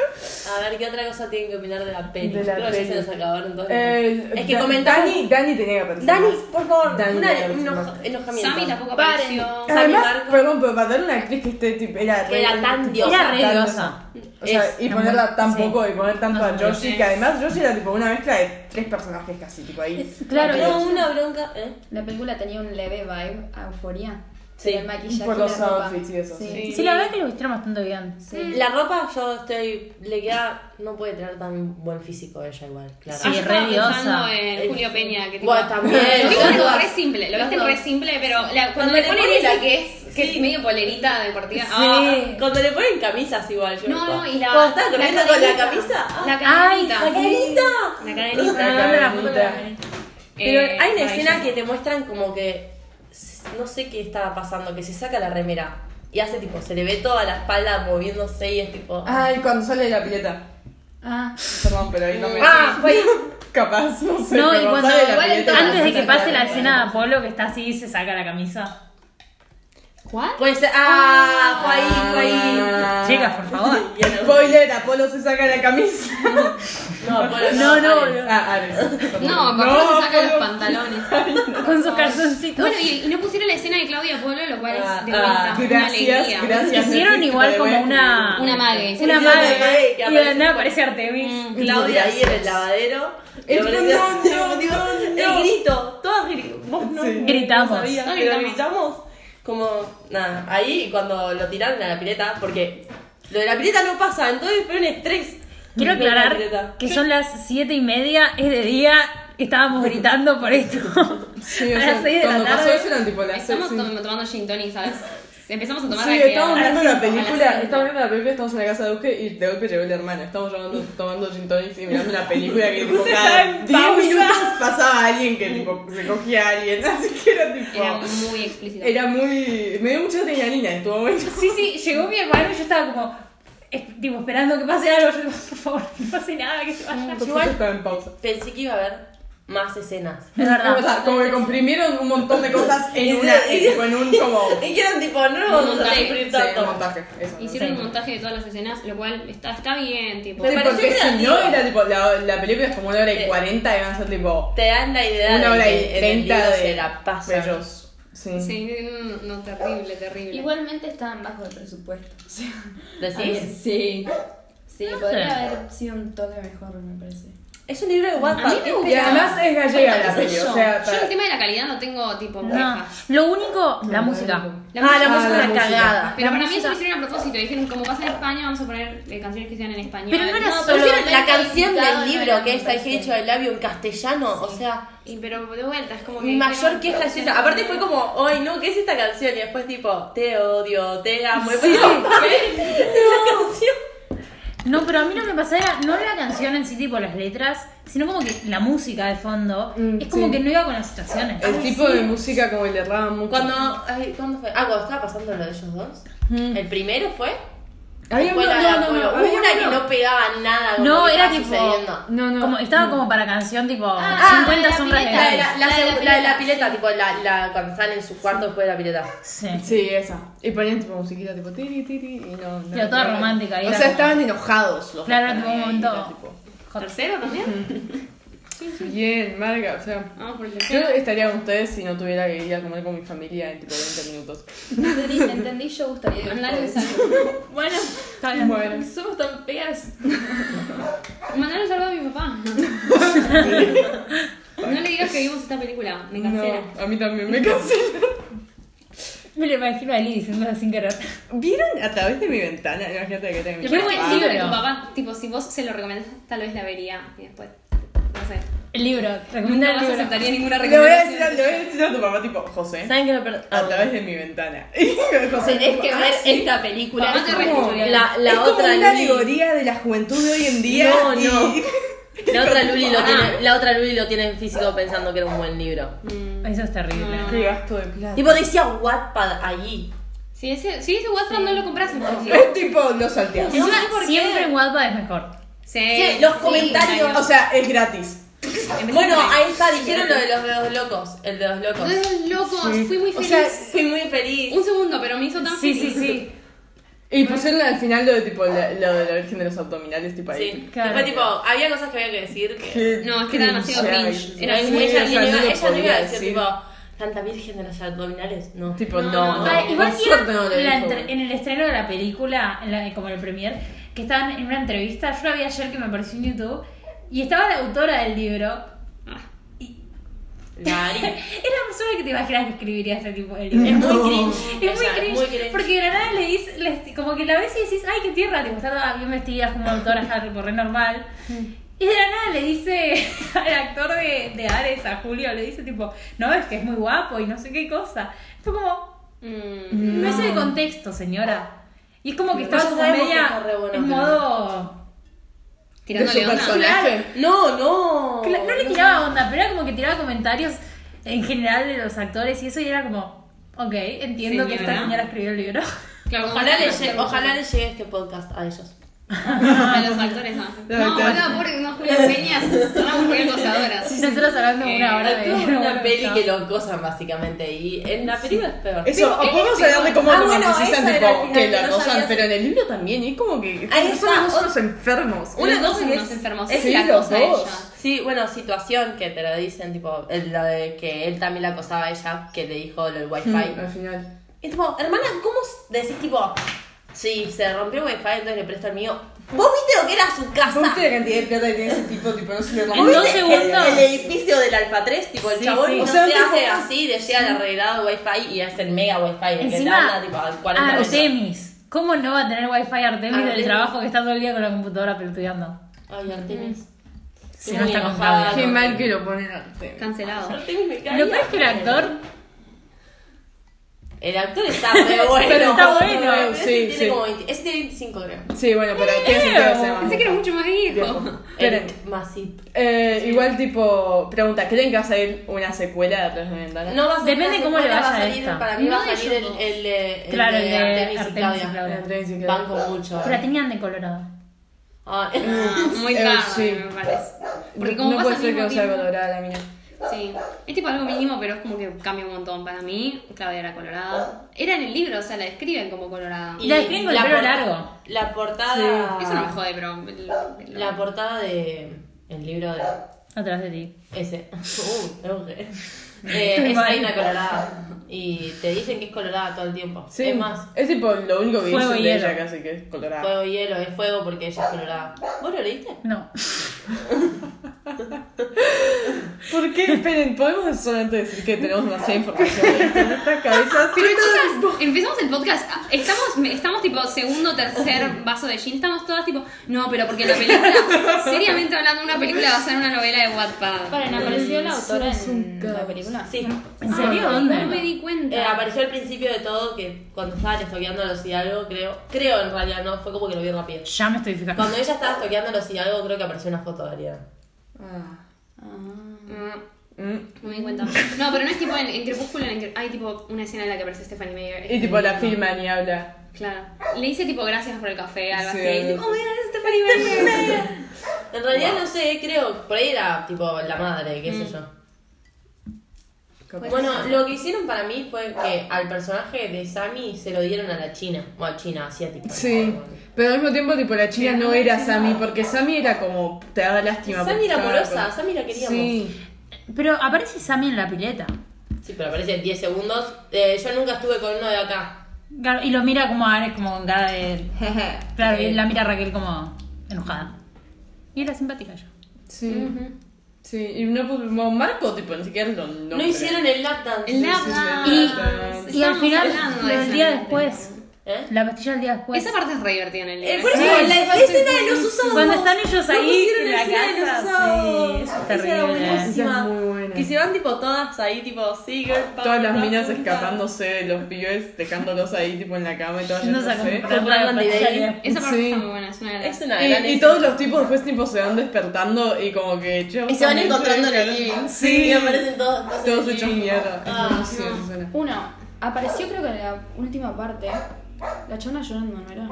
Speaker 1: A ver, ¿qué otra cosa tienen que opinar de la peli?
Speaker 4: De la
Speaker 1: Creo que ya
Speaker 4: peli.
Speaker 1: se nos acabaron todos.
Speaker 4: El-
Speaker 1: Es que
Speaker 4: Da-
Speaker 1: comentamos-
Speaker 4: Eh, Dani, Dani tenía que aparecer.
Speaker 1: Dani,
Speaker 4: más.
Speaker 1: por favor,
Speaker 4: Dani,
Speaker 1: una-
Speaker 4: Dani,
Speaker 1: un enoja-
Speaker 4: Dani.
Speaker 1: enojamiento.
Speaker 3: Sammy tampoco
Speaker 6: Paren.
Speaker 3: apareció.
Speaker 4: Además,
Speaker 1: Sammy Marco.
Speaker 4: perdón, pero para dar una actriz que esté tipo, era,
Speaker 1: Que era tan
Speaker 4: tipo,
Speaker 1: diosa.
Speaker 5: Era re
Speaker 4: tan
Speaker 5: diosa.
Speaker 4: O sea,
Speaker 5: Es-
Speaker 4: y
Speaker 5: no,
Speaker 4: ponerla tan
Speaker 5: sí.
Speaker 4: poco y poner tanto
Speaker 5: No,
Speaker 4: a
Speaker 5: no,
Speaker 4: Yoshi,
Speaker 3: sí.
Speaker 4: que además Yoshi era tipo una mezcla de tres personajes casi, tipo ahí.
Speaker 5: Claro,
Speaker 1: No, una bronca. ¿eh?
Speaker 6: La película tenía un leve vibe a euforia.
Speaker 1: Sí.
Speaker 6: El maquillaje.
Speaker 4: Por
Speaker 6: y la
Speaker 4: los
Speaker 6: ropa.
Speaker 4: outfits y eso, sí.
Speaker 5: Sí, la verdad es que lo vistieron bastante bien.
Speaker 3: Mm.
Speaker 6: Sí.
Speaker 1: La ropa, yo estoy. Le queda. No puede tener tan buen físico ella, igual, claro.
Speaker 5: Sí.
Speaker 3: Ah, yo estaba
Speaker 5: re diosa.
Speaker 3: pensando en Julio Peña. Que tipo,
Speaker 1: Bueno, también.
Speaker 3: [LAUGHS] Lo
Speaker 1: Los
Speaker 3: viste como
Speaker 1: dos.
Speaker 3: re simple, lo viste
Speaker 1: Los
Speaker 3: re
Speaker 1: dos.
Speaker 3: simple, pero la- cuando,
Speaker 1: Cuando
Speaker 3: le
Speaker 1: le
Speaker 3: ponen
Speaker 1: ponen
Speaker 3: esa
Speaker 1: la-
Speaker 3: que es, que es medio polerita deportiva.
Speaker 1: Ah,
Speaker 3: ah,
Speaker 1: Cuando le ponen camisas, igual. Yo
Speaker 3: No, no, y la.
Speaker 1: Cuando estaba corriendo con la
Speaker 3: cadenita.
Speaker 1: camisa. ah,
Speaker 3: La cadenita.
Speaker 1: ¡La cadenita!
Speaker 3: La cadenita.
Speaker 5: Ah,
Speaker 1: Pero
Speaker 3: Eh,
Speaker 1: hay una
Speaker 3: ay,
Speaker 1: escena
Speaker 3: yo-
Speaker 1: que te muestran como que s- no sé qué estaba pasando, que se saca la remera y hace tipo, se le ve toda la espalda moviéndose y es tipo.
Speaker 4: Ay, cuando sale de la pileta.
Speaker 6: Ah,
Speaker 4: Perdón, pero ahí no me.
Speaker 5: Ah, fue-
Speaker 4: Capaz, no sé.
Speaker 5: No, y
Speaker 4: pero
Speaker 5: cuando-
Speaker 4: sale la
Speaker 6: igual
Speaker 4: pileta,
Speaker 5: Antes de
Speaker 4: se
Speaker 5: que pase la
Speaker 4: saca.
Speaker 5: escena de Apolo, que está así, se saca la camisa.
Speaker 3: ¿Cuál?
Speaker 1: Puede ser. ¡Ah! Fue ahí, fue ahí.
Speaker 4: Ah.
Speaker 5: Chicas, por favor.
Speaker 1: Y el-
Speaker 4: Spoiler, Apolo se saca
Speaker 5: [LAUGHS]
Speaker 4: la camisa.
Speaker 1: No, Polo,
Speaker 5: No, no,
Speaker 1: Ares.
Speaker 4: Ah, Ares.
Speaker 3: No, Apolo se saca los
Speaker 4: Apolo.
Speaker 3: pantalones.
Speaker 5: [LAUGHS] Con sus calzoncitos.
Speaker 3: Bueno, y, y no pusieron la escena de Claudia Polo, lo cual
Speaker 1: Ah,
Speaker 3: es de
Speaker 1: ah,
Speaker 3: vuelta. una
Speaker 4: Gracias,
Speaker 3: alegría.
Speaker 4: gracias.
Speaker 5: Hicieron
Speaker 4: Netflix,
Speaker 5: igual
Speaker 4: te
Speaker 5: como
Speaker 4: devuelvo.
Speaker 5: una.
Speaker 3: Una mague.
Speaker 5: Una
Speaker 1: Hicieron una mague que
Speaker 5: mague. Y de la
Speaker 1: aparece-
Speaker 5: nada aparece Mm. Artemis.
Speaker 1: Claudia ahí en el lavadero. y
Speaker 4: El
Speaker 1: aparece-
Speaker 4: fondo, no, no, no.
Speaker 1: El grito. Todos gri- vos no,
Speaker 4: Sí.
Speaker 1: no
Speaker 5: Gritamos.
Speaker 1: sabías,
Speaker 3: Todos
Speaker 1: pero
Speaker 3: gritamos.
Speaker 1: gritamos. Como, nada, ahí cuando lo tiraron a la pileta, porque lo de la pileta no pasa, entonces fue un estrés.
Speaker 5: Quiero
Speaker 1: Lo de la
Speaker 5: aclarar
Speaker 1: pileta.
Speaker 5: que son las siete y media, es de día, estábamos gritando por esto. [LAUGHS]
Speaker 4: Sí, o
Speaker 5: a
Speaker 4: sea,
Speaker 5: las seis de
Speaker 4: cuando
Speaker 5: la
Speaker 4: pasó eso
Speaker 5: tarde.
Speaker 4: eran tipo las seis.
Speaker 3: Estamos
Speaker 4: sí.
Speaker 3: tom- tomando gin tonic, ¿sabes? Empezamos a tomar
Speaker 4: Sí,
Speaker 3: la que-
Speaker 4: estábamos
Speaker 3: a las
Speaker 4: viendo
Speaker 3: cinco,
Speaker 4: la
Speaker 3: a las
Speaker 4: película,
Speaker 3: cinco.
Speaker 4: estábamos viendo la película, estamos en la casa de Uge y de golpe llegó el hermano. Estamos llamando- tomando gin tonics y mirando la película que tipo cada 10 minutos pasaba alguien que tipo se cogía a alguien, [LAUGHS] así que era tipo...
Speaker 3: Era muy explícito.
Speaker 4: Era muy... me dio mucha adrenalina, estuvo bueno.
Speaker 5: Sí, sí, llegó mi hermano y yo estaba como. es- Tipo, esperando que pase algo, yo digo, por favor, [LAUGHS] no pase nada, que se vaya.
Speaker 1: Igual-
Speaker 4: Por supuesto estaba en pausa.
Speaker 1: Pensé que iba a haber más escenas.
Speaker 5: [LAUGHS] Es verdad.
Speaker 4: Es verdad, como que comprimieron un montón de cosas en una, en, tipo, en un
Speaker 1: [LAUGHS]
Speaker 4: como...
Speaker 1: Y que eran tipo, no vamos a
Speaker 3: Montaje,
Speaker 1: sufrir
Speaker 4: Sí, un
Speaker 1: tanto.
Speaker 4: montaje, eso. ¿no?
Speaker 3: Hicieron un montaje de todas las escenas, lo cual está, está bien, tipo.
Speaker 1: Me
Speaker 4: Sí,
Speaker 1: pareció
Speaker 4: porque si
Speaker 1: creativo.
Speaker 4: no era tipo, la, la película es como una hora y
Speaker 1: Sí.
Speaker 4: cuarenta y van a ser tipo
Speaker 1: Te dan la idea
Speaker 4: una
Speaker 1: de
Speaker 4: hora
Speaker 1: que
Speaker 4: y
Speaker 1: en el
Speaker 4: treinta
Speaker 1: libro
Speaker 4: de
Speaker 1: se la pasan.
Speaker 4: bellos. Sí.
Speaker 3: Sí, no, no, no, terrible, terrible.
Speaker 6: igualmente estaban bajo el presupuesto. [LAUGHS] Sí.
Speaker 1: ¿Decís?
Speaker 6: Sí,
Speaker 5: No
Speaker 6: podría
Speaker 5: sé.
Speaker 6: haber sido un toque mejor, me parece.
Speaker 1: Es un libro de Wattpad.
Speaker 3: A mí me
Speaker 1: es
Speaker 3: gusta.
Speaker 4: Y además es gallega la peli, o sea,
Speaker 3: Yo el
Speaker 4: para-
Speaker 3: tema de la calidad no tengo tipo
Speaker 5: No,
Speaker 3: quejas.
Speaker 5: lo único, la música.
Speaker 3: La
Speaker 1: ah, la
Speaker 3: música-
Speaker 1: música
Speaker 4: la
Speaker 1: es una
Speaker 4: música.
Speaker 1: cagada.
Speaker 3: Pero
Speaker 5: La
Speaker 3: para mí eso
Speaker 5: música-
Speaker 3: lo hicieron a propósito. Dijeron, como pasa en España, vamos a poner eh, canciones que sean en español.
Speaker 5: Pero no era
Speaker 1: No,
Speaker 5: solo-
Speaker 1: pero
Speaker 5: Solo
Speaker 1: la canción
Speaker 6: calificado
Speaker 1: del
Speaker 6: no
Speaker 1: libro
Speaker 6: era
Speaker 1: que
Speaker 6: mi
Speaker 1: es Al que he hecho
Speaker 6: versión.
Speaker 1: el labio en castellano, o sea,
Speaker 3: Y, pero de vuelta, es como que.
Speaker 1: mi mayor
Speaker 3: dijeron,
Speaker 1: queja es esa. Aparte fue como, ay no, ¿qué es esta canción? Y después tipo, te odio, te amo. Y después, no. canción.
Speaker 5: No, pero a mí lo que me pasaba era no la canción en sí, tipo las letras, sino como que la música de fondo.
Speaker 4: Mm,
Speaker 5: es como
Speaker 4: sí.
Speaker 5: que no iba con las situaciones.
Speaker 4: El tipo de música como le erraba mucho.
Speaker 1: Cuando, ay, ¿cuándo fue? Ah, cuando estaba pasando lo de ellos dos.
Speaker 4: Mm.
Speaker 1: ¿El primero fue?
Speaker 4: Había
Speaker 1: Fue
Speaker 4: uno-
Speaker 1: la-
Speaker 4: no, no,
Speaker 1: bueno,
Speaker 4: no,
Speaker 1: hubo
Speaker 4: había
Speaker 1: una que
Speaker 4: uno-
Speaker 1: no pegaba nada. con lo
Speaker 5: No,
Speaker 1: que
Speaker 5: era
Speaker 1: estaba
Speaker 5: tipo.
Speaker 1: sucediendo.
Speaker 4: No, no,
Speaker 5: como, estaba
Speaker 4: no.
Speaker 5: como para canción tipo
Speaker 6: Ah,
Speaker 5: 50
Speaker 6: la
Speaker 5: sombras de
Speaker 6: pileta.
Speaker 1: La de
Speaker 5: Grey.
Speaker 1: la, la seg- la de la pileta, tipo la, la- cuando están en su cuarto después de la pileta.
Speaker 5: Sí.
Speaker 4: Sí, esa. Y ponían tipo musiquita tipo tiri tiri y no. no
Speaker 5: Pero toda
Speaker 4: no,
Speaker 5: romántica, y
Speaker 4: O
Speaker 5: era
Speaker 4: sea,
Speaker 5: como-
Speaker 4: estaban enojados los
Speaker 5: Claro,
Speaker 4: dos,
Speaker 5: tipo,
Speaker 4: para
Speaker 5: un
Speaker 4: mí,
Speaker 5: momento- Hot.
Speaker 3: ¿Tercero también?
Speaker 4: era tipo, Bien, marca, o sea.
Speaker 3: Vamos por el
Speaker 4: Yo
Speaker 3: tercero.
Speaker 4: estaría con ustedes si no tuviera que ir a comer con mi familia en tipo 20 minutos.
Speaker 6: Entendí, entendí, yo gustaría ir a
Speaker 3: Mandar un
Speaker 6: ustedes.
Speaker 3: saludo.
Speaker 6: Bueno,
Speaker 5: Está bien.
Speaker 4: Bueno.
Speaker 6: somos tan pegas.
Speaker 3: Mandar un saludo a mi papá. No le digas que vimos esta película. Me cancela.
Speaker 4: No, a mí también me cansé.
Speaker 5: [LAUGHS] Me lo imagino a Lee diciéndolo sin querer.
Speaker 4: ¿Vieron a través de mi ventana? Imagínate que tengo
Speaker 5: Qué
Speaker 4: mi
Speaker 3: Yo
Speaker 5: buen
Speaker 4: papá.
Speaker 3: siento que
Speaker 5: libro.
Speaker 3: tu papá, tipo, si vos se lo recomendás, tal vez la vería y después. No sé.
Speaker 5: El libro, recomienda
Speaker 3: Nunca
Speaker 5: el
Speaker 3: más
Speaker 5: libro.
Speaker 3: aceptaría ninguna
Speaker 4: Le voy, a
Speaker 3: recomendación.
Speaker 4: decir, a- le voy a decir a tu papá tipo, José,
Speaker 1: ¿Saben qué me per-
Speaker 4: a
Speaker 1: ah,
Speaker 4: través de mi ventana. [LAUGHS] Y José,
Speaker 1: Tenés
Speaker 4: tipo,
Speaker 1: que
Speaker 4: "Ah,
Speaker 1: ver
Speaker 4: sí".
Speaker 1: esta película.
Speaker 3: Mamá,
Speaker 1: es
Speaker 3: te
Speaker 1: como
Speaker 3: recuerdo.
Speaker 1: la, la
Speaker 4: es como
Speaker 1: otra
Speaker 4: una
Speaker 1: Luli.
Speaker 4: alegoría de la juventud de hoy en día.
Speaker 1: No,
Speaker 4: y-
Speaker 1: no. La otra Luli lo
Speaker 3: Ah.
Speaker 1: tiene, la otra Luli lo tiene en físico pensando que era un buen libro.
Speaker 3: Mm.
Speaker 5: Eso es terrible.
Speaker 3: No.
Speaker 4: [LAUGHS] Qué gasto de plata.
Speaker 1: Tipo decía Wattpad allí.
Speaker 3: Si ese, si ese WhatsApp no lo compras en
Speaker 4: [LAUGHS] [LAUGHS] es tipo, lo salteas.
Speaker 5: Encima,
Speaker 3: sé por qué.
Speaker 5: siempre en Wattpad es mejor.
Speaker 1: Sí, los comentarios.
Speaker 4: O sea, es gratis.
Speaker 1: Bueno, ahí está, dijeron lo de los dedos locos, el de los locos.
Speaker 3: Entonces, locos, fui muy
Speaker 1: O
Speaker 3: feliz.
Speaker 1: sea, fui muy feliz.
Speaker 3: Un segundo, pero me hizo tan
Speaker 5: Sí, sí,
Speaker 3: feliz.
Speaker 5: sí.
Speaker 4: Y pusieron al final lo de tipo la- lo de la Virgen de los Abdominales, tipo ahí.
Speaker 1: Sí.
Speaker 5: Claro.
Speaker 1: Fue tipo, había cosas que había que decir que
Speaker 4: Qué
Speaker 3: No, es que era demasiado cringe.
Speaker 4: ay,
Speaker 3: Era
Speaker 4: sí,
Speaker 1: ella,
Speaker 3: muy-
Speaker 4: o sea,
Speaker 1: ella, no,
Speaker 4: lo
Speaker 1: ella no iba
Speaker 4: podía
Speaker 1: a decir tipo, Santa Virgen de los abdominales, no.
Speaker 4: Tipo, no,
Speaker 3: no,
Speaker 4: no.
Speaker 5: Ah, igual
Speaker 4: Por
Speaker 5: que era
Speaker 4: suerte no lo
Speaker 5: la
Speaker 4: dijo.
Speaker 5: entre- en el estreno de la película, en la- como en el premier, que estaban en una entrevista, yo la vi ayer que me apareció en YouTube, y estaba la autora del libro.
Speaker 1: La Ari.
Speaker 5: Es la persona que te imaginas que escribiría este tipo de
Speaker 1: Es
Speaker 5: libro.
Speaker 1: muy cringe.
Speaker 5: Es muy
Speaker 1: Mm. ella,
Speaker 5: cringe, porque de la nada le dices, les- como que la ves y decís, ay, qué tierra, tipo, está toda bien vestida, como una autora, está tipo re normal. Y de la nada le dice [LAUGHS] al actor de, de Ares, a Julio, le dice tipo, no, es que es muy guapo y no sé qué cosa. Esto como,
Speaker 3: Mm.
Speaker 5: No es el contexto, señora. Y es como
Speaker 1: No,
Speaker 5: que estaba
Speaker 1: ya
Speaker 5: como
Speaker 1: sabemos que
Speaker 5: media
Speaker 1: está re bueno,
Speaker 5: en
Speaker 1: pero-
Speaker 5: modo.
Speaker 4: De
Speaker 3: Tirándole
Speaker 4: su
Speaker 3: onda.
Speaker 4: personaje.
Speaker 1: No, no.
Speaker 5: Cla- No le tiraba onda, pero era como que tiraba comentarios en general de los actores y eso, y era como. Ok, entiendo que esta
Speaker 3: Señora.
Speaker 5: señora escribió el
Speaker 1: [LAUGHS]
Speaker 5: libro.
Speaker 3: Claro, como
Speaker 1: Ojalá le,
Speaker 3: que-
Speaker 1: llegue, ojalá le llegue este podcast a ellos.
Speaker 3: A los actores, no.
Speaker 4: La
Speaker 3: No,
Speaker 4: verdad.
Speaker 3: boluda, pobre, no, Julia Peña, sonamos re acosadoras.
Speaker 5: Nosotros hablando
Speaker 3: Eh,
Speaker 5: una hora de [LAUGHS]
Speaker 1: Es una
Speaker 5: bueno,
Speaker 1: peli
Speaker 5: ya.
Speaker 1: que lo cosan básicamente y en la película es peor.
Speaker 4: Eso, o podemos hablar de cómo
Speaker 1: Ah, bueno,
Speaker 4: romanticizan,
Speaker 1: esa era
Speaker 4: tipo,
Speaker 1: la
Speaker 4: que
Speaker 1: final,
Speaker 4: la
Speaker 1: no
Speaker 4: gozan,
Speaker 1: sabía
Speaker 4: pero en el libro también, y es como que
Speaker 1: Ahí
Speaker 4: son
Speaker 1: está,
Speaker 4: unos enfermos.
Speaker 3: Una
Speaker 1: cosa
Speaker 3: dos
Speaker 1: que
Speaker 3: unos
Speaker 1: es-
Speaker 3: enfermos.
Speaker 1: es
Speaker 3: Es la
Speaker 4: sí, los
Speaker 3: cosa
Speaker 4: dos.
Speaker 3: ella.
Speaker 1: Sí, bueno, situación que te la dicen, tipo, el- la de que él también la acosaba a ella, que le dijo lo del wifi.
Speaker 4: Al final.
Speaker 1: Y tipo, hermana, ¿cómo decís tipo? Sí, se rompió el wifi, entonces le presto el mío. ¿Vos viste lo que era su casa?
Speaker 4: ¿Vos viste la cantidad de plata que tiene ese tipo? Tipo, no se le
Speaker 1: ¿Vos
Speaker 5: En dos
Speaker 1: viste
Speaker 5: segundos.
Speaker 1: El, el edificio del Alfa 3, tipo, el
Speaker 5: Sí,
Speaker 1: chabón
Speaker 5: sí.
Speaker 1: no
Speaker 4: O sea,
Speaker 1: se
Speaker 4: tipo-
Speaker 1: hace así, le llega el arreglado wifi y es el mega wifi, el que te
Speaker 5: Encima, ah,
Speaker 1: anda tipo al 40 metros.
Speaker 5: Artemis. ¿Cómo no va a tener wifi Artemis del
Speaker 1: Ah, Artemis.
Speaker 5: trabajo que está todo el día con la computadora pelotudeando?
Speaker 1: Ay, Artemis.
Speaker 5: Si
Speaker 1: Estoy
Speaker 5: no
Speaker 1: muy
Speaker 5: está
Speaker 1: enojada.
Speaker 5: con
Speaker 4: Qué mal que lo ponen antes.
Speaker 3: Cancelado.
Speaker 1: Artemis me cae.
Speaker 5: Lo peor es que el actor.
Speaker 1: El actor está
Speaker 5: [LAUGHS]
Speaker 1: re bueno. [LAUGHS]
Speaker 4: Pero
Speaker 5: está bueno,
Speaker 1: Ese
Speaker 4: sí,
Speaker 1: tiene
Speaker 4: sí.
Speaker 1: como 20 ese tiene 25, creo.
Speaker 4: Sí, bueno, pero tiene sentido que sea más
Speaker 3: Pensé que era mucho más viejo.
Speaker 4: viejo. [LAUGHS] Esperen.
Speaker 1: El Masip.
Speaker 4: Eh, igual, tipo, pregunta, ¿creen que va a salir una secuela de Atrás de la Ventana?
Speaker 1: No va a ser
Speaker 5: Depende
Speaker 1: una
Speaker 5: cómo le
Speaker 1: secuela,
Speaker 5: vaya
Speaker 1: va
Speaker 5: a
Speaker 1: salir,
Speaker 5: esta.
Speaker 1: Para mí va
Speaker 3: No
Speaker 1: a
Speaker 3: de
Speaker 1: salir el,
Speaker 3: Yoko.
Speaker 1: el, de- el
Speaker 5: Claro, el
Speaker 1: de
Speaker 5: de
Speaker 1: Artemis y
Speaker 5: Artemis y
Speaker 1: Claudia.
Speaker 5: Claudia.
Speaker 4: Andrés y Claudia.
Speaker 1: Banco mucho.
Speaker 5: Pero la tenían de Colorado. [LAUGHS]
Speaker 1: Ah, [LAUGHS]
Speaker 3: Ah, Muy
Speaker 4: Eh,
Speaker 3: tarde,
Speaker 4: sí.
Speaker 3: me parece. Porque como
Speaker 4: no
Speaker 3: pasa
Speaker 4: puede
Speaker 3: al
Speaker 4: ser
Speaker 3: mismo
Speaker 4: que no sea
Speaker 3: tiempo-
Speaker 4: colorada la mina.
Speaker 3: Sí, es tipo algo mínimo, pero es como que cambia un montón. Para mí, Claudia era colorada. Era en el libro, o sea, la describen como colorada.
Speaker 5: Y la describen con el pelo
Speaker 1: por-
Speaker 5: largo.
Speaker 1: La portada.
Speaker 3: Eso no me jode, pero. lo- lo-
Speaker 1: La portada de. El libro de.
Speaker 5: Atrás de ti.
Speaker 1: Ese. [LAUGHS] Uh, tengo que. Eh,
Speaker 5: Estoy
Speaker 1: es
Speaker 5: mal.
Speaker 1: hay una colorada. Y te dicen que es colorada todo el tiempo.
Speaker 4: Sí.
Speaker 1: Es más,
Speaker 4: Es tipo lo único que
Speaker 5: Fuego
Speaker 4: dicen
Speaker 5: y
Speaker 4: de
Speaker 5: hielo.
Speaker 4: ella casi que es colorada.
Speaker 1: fuego y hielo, es fuego porque ella es colorada. ¿Vos lo leíste?
Speaker 5: No.
Speaker 4: ¿Por qué? Esperen, podemos solamente decir que tenemos demasiada información en nuestras cabezas.
Speaker 3: Pero chicas, empezamos el podcast. ah, Estamos, estamos tipo segundo, tercer vaso de gin. Estamos todas tipo, no, pero porque la película, seriamente hablando, una película basada en una novela de Wattpad.
Speaker 2: Para, ¿no apareció la autora
Speaker 6: Somos
Speaker 2: en
Speaker 6: un caos.
Speaker 2: la película?
Speaker 1: Sí.
Speaker 5: ¿En serio?
Speaker 3: No me di cuenta.
Speaker 1: Eh, apareció al principio de todo que cuando estaban estoqueando a los Hidalgo, creo. Creo en realidad, no, fue como que lo vi rápido.
Speaker 5: Ya me estoy fijando.
Speaker 1: Cuando ella estaba estoqueando a los Hidalgo, creo que apareció una foto de Ariana.
Speaker 4: Ah.
Speaker 3: Mm.
Speaker 4: Mm.
Speaker 3: No me di cuenta. No, pero no es tipo en, en Crepúsculo, en Cre- hay tipo una escena en la que aparece Stephanie Meyer.
Speaker 4: Y tipo la filman y habla.
Speaker 3: Claro. Le dice tipo gracias por el café, algo
Speaker 4: Sí.
Speaker 3: así. Y tipo, oh, mira, es Stephanie Meyer.
Speaker 1: En realidad, no sé, creo. Por ahí era tipo la madre, qué sé yo.
Speaker 4: Mm. Capaz.
Speaker 1: Bueno, lo que hicieron para mí fue que al personaje de Sammy se lo dieron a la china. Bueno, china, asiática.
Speaker 4: Sí. Pero al mismo tiempo, tipo, la china no era Sammy, porque Sammy era como, te daba lástima.
Speaker 1: Sammy era
Speaker 4: porque
Speaker 1: amorosa,
Speaker 4: estaba con-
Speaker 1: Sammy la queríamos.
Speaker 4: Sí.
Speaker 5: Pero aparece Sammy en la pileta.
Speaker 1: Sí, pero aparece en 10 segundos. Eh, yo nunca estuve con uno de acá.
Speaker 5: Claro, Y lo mira como a Ares, como con cara de. Claro, y la mira Raquel como enojada. Y era simpática yo.
Speaker 4: Sí. Sí. Y no pudo. Marco, tipo, ni siquiera lo
Speaker 1: No, hicieron el lap dance.
Speaker 3: El lap
Speaker 4: sí,
Speaker 3: dance.
Speaker 4: sí,
Speaker 3: Sí,
Speaker 4: sí.
Speaker 5: Y al
Speaker 3: estábamos
Speaker 5: final,
Speaker 3: hablando
Speaker 5: lo
Speaker 3: de
Speaker 5: del
Speaker 3: esa
Speaker 5: día
Speaker 3: parte.
Speaker 5: después. pues.
Speaker 1: ¿Eh?
Speaker 5: La pastilla del día después.
Speaker 3: Esa parte es re divertida en el
Speaker 1: Eh,
Speaker 3: libro.
Speaker 1: por eso,
Speaker 4: Sí,
Speaker 1: la, la escena de los usados.
Speaker 5: Cuando están ellos
Speaker 1: No
Speaker 5: ahí
Speaker 1: pusieron
Speaker 5: en la
Speaker 1: escena de los
Speaker 5: casa.
Speaker 1: usados.
Speaker 5: Sí, eso es
Speaker 1: Esa era
Speaker 5: terrible.
Speaker 1: buenísima.
Speaker 4: Esa es muy buena.
Speaker 1: Que se van tipo todas ahí, tipo, sí, girl power,
Speaker 4: Todas las
Speaker 1: bla,
Speaker 4: minas
Speaker 1: bla, bla.
Speaker 4: escapándose de los pibes, dejándolos ahí, tipo, en la cama y todas
Speaker 5: Yéndose a
Speaker 4: yéndose.
Speaker 5: comprar la
Speaker 1: Comprando
Speaker 5: pastilla
Speaker 1: de ahí.
Speaker 3: Esa parte
Speaker 4: Sí.
Speaker 3: está muy buena, es una de las.
Speaker 1: Es una gran
Speaker 4: Y, y
Speaker 1: escena.
Speaker 4: todos los tipos después tipo se van despertando y como que yo
Speaker 1: Y se van encontrando en el living.
Speaker 4: Sí.
Speaker 1: Y aparecen todos. todos en
Speaker 4: Todos
Speaker 1: el
Speaker 4: hechos
Speaker 1: living.
Speaker 4: mierda.
Speaker 1: Ah,
Speaker 4: no sé, me suena.
Speaker 2: Uno, apareció creo que en la última parte. La chona llorando, ¿no era?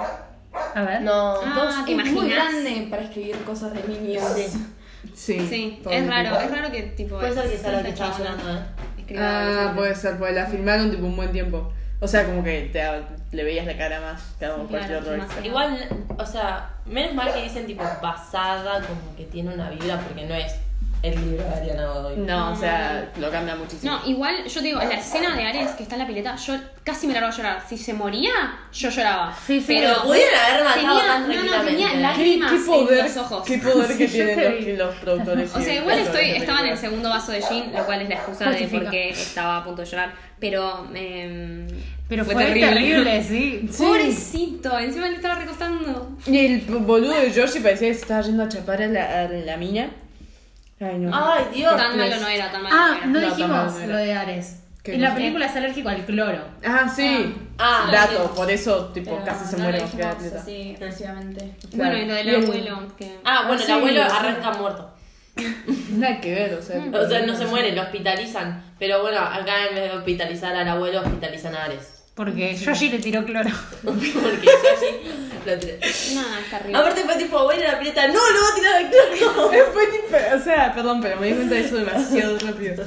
Speaker 5: A ver.
Speaker 1: No.
Speaker 3: Ah,
Speaker 2: Dos,
Speaker 3: ¿te
Speaker 2: es muy
Speaker 3: imaginas?
Speaker 2: grande para escribir cosas de niños.
Speaker 4: Sí,
Speaker 3: Sí,
Speaker 4: todo
Speaker 3: es
Speaker 4: el
Speaker 3: raro,
Speaker 4: tipo.
Speaker 3: es raro que tipo.
Speaker 1: Puede ser que sea lo que
Speaker 3: esa
Speaker 1: estaba
Speaker 3: chabona
Speaker 1: sonando, ¿eh?
Speaker 3: escriba
Speaker 4: Ah,
Speaker 3: algo.
Speaker 4: puede ser, pues la filmaron tipo un buen tiempo. O sea, como que te, le veías la cara más que a
Speaker 3: Sí,
Speaker 4: cualquier
Speaker 3: claro,
Speaker 4: otro
Speaker 3: más.
Speaker 4: extra.
Speaker 1: Igual, o sea, menos mal que dicen tipo basada, como que tiene una vibra, porque no es el libro de Ariana Godoy.
Speaker 4: No, o sea, lo cambia muchísimo.
Speaker 3: No, igual yo te digo, la escena de Ares que está en la pileta, yo casi me largo a llorar. Si se moría, yo lloraba.
Speaker 5: Sí, sí.
Speaker 1: Pero pudieron haber matado
Speaker 3: tenía,
Speaker 1: tan
Speaker 3: no, no,
Speaker 1: tranquilamente.
Speaker 3: tenía lágrimas
Speaker 4: ¿Qué poder,
Speaker 3: en los ojos. [LAUGHS]
Speaker 4: qué poder que
Speaker 5: Sí, yo te vi.
Speaker 4: tienen los, los productores?
Speaker 3: O
Speaker 4: y
Speaker 3: sea,
Speaker 4: el
Speaker 3: igual
Speaker 4: director
Speaker 3: estoy,
Speaker 4: de esta
Speaker 3: estaba en el
Speaker 4: película?
Speaker 3: segundo vaso de gin, lo cual es la excusa de
Speaker 5: Justifica.
Speaker 3: por qué estaba a punto de llorar. Pero, eh,
Speaker 5: Pero fue,
Speaker 3: [LAUGHS]
Speaker 5: terrible. sí.
Speaker 3: Pobrecito, encima le estaba recostando.
Speaker 4: Y el boludo de Yoshi parecía que se estaba yendo a chapar a la, a la mina. Ay, no.
Speaker 1: Ay, Dios.
Speaker 3: Tan malo no era, tan malo
Speaker 5: Ah,
Speaker 3: no
Speaker 5: no
Speaker 3: era.
Speaker 4: No,
Speaker 5: dijimos
Speaker 4: tampoco era.
Speaker 5: lo de Ares.
Speaker 4: ¿Qué
Speaker 5: en la
Speaker 4: cosa?
Speaker 5: película es alérgico al cloro.
Speaker 4: Ah, sí.
Speaker 1: Ah,
Speaker 4: Dato, por eso tipo
Speaker 6: Pero
Speaker 4: casi se
Speaker 6: no
Speaker 4: muere
Speaker 6: lo
Speaker 4: Oscar
Speaker 6: dijimos
Speaker 4: Atleta.
Speaker 6: así, exclusivamente.
Speaker 3: Bueno,
Speaker 4: Claro.
Speaker 3: y lo del
Speaker 4: Y el-
Speaker 3: abuelo. Que...
Speaker 1: Ah, bueno,
Speaker 4: Sí.
Speaker 1: el abuelo arranca muerto.
Speaker 4: Nada que ver, o sea.
Speaker 1: O sea, no
Speaker 4: [LAUGHS]
Speaker 1: se muere, lo hospitalizan. Pero bueno, acá en vez de hospitalizar al abuelo, hospitalizan a Ares. [LAUGHS]
Speaker 5: Porque Yoshi le tiró cloro.
Speaker 1: Porque yo así lo tiré.
Speaker 3: Ah, Nada, está arriba.
Speaker 1: Aparte fue tipo, bueno, la pileta, no, lo va a tirar al cloro.
Speaker 4: Después, tipo, o sea, perdón, pero me di cuenta de eso demasiado [LAUGHS] rápido.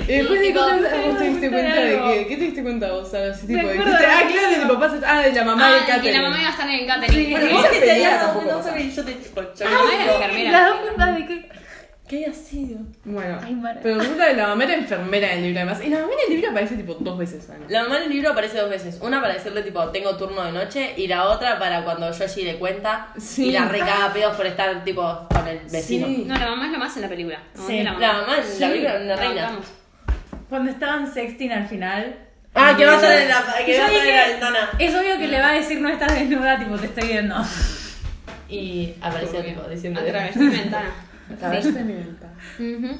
Speaker 4: Y después de cuenta, vos te diste cuenta de que. ¿Qué te diste cuenta vos, Sara? Así, tipo, dijiste, ah, claro, tipo, pasas. Ah, de la mamá del
Speaker 3: ah, que la
Speaker 4: catering.
Speaker 3: mamá iba a estar en el catering.
Speaker 4: Bueno,
Speaker 1: Vos
Speaker 4: esa
Speaker 1: que te
Speaker 4: pelea
Speaker 1: habías dado
Speaker 4: tampoco
Speaker 1: cuenta, vos
Speaker 4: pasa.
Speaker 1: sabés que yo te tipo, yo- [LAUGHS]
Speaker 3: La mamá era enfermera.
Speaker 5: Las dos juntas de que.
Speaker 1: ¿Qué había sido?
Speaker 4: Bueno,
Speaker 5: Ay, Mara.
Speaker 4: pero resulta que la mamá era enfermera en el libro, además. Y la mamá en el libro aparece, tipo, dos veces. Ana.
Speaker 1: La mamá en el libro aparece dos veces. Una para decirle, tipo, tengo turno de noche. Y la otra para cuando Yoshi le cuenta.
Speaker 4: Sí.
Speaker 1: Y la recaga a pedos por estar, tipo, con el vecino.
Speaker 4: Sí.
Speaker 3: No, la mamá es lo más en la película. La mamá
Speaker 5: Sí.
Speaker 3: es la mamá.
Speaker 1: La mamá en la película era una
Speaker 3: La
Speaker 1: reina.
Speaker 3: bancamos.
Speaker 5: Cuando estaban sexting al final.
Speaker 1: Ah, que va a estar en la. Que
Speaker 5: Yo
Speaker 1: va a estar en la
Speaker 5: dije,
Speaker 1: ventana.
Speaker 5: Es obvio que le va a decir no estás desnuda, tipo, te estoy viendo.
Speaker 1: Y apareció, tipo, diciendo.
Speaker 3: A través de la ventana.
Speaker 4: Atravesé mi ventana.
Speaker 3: Ujú.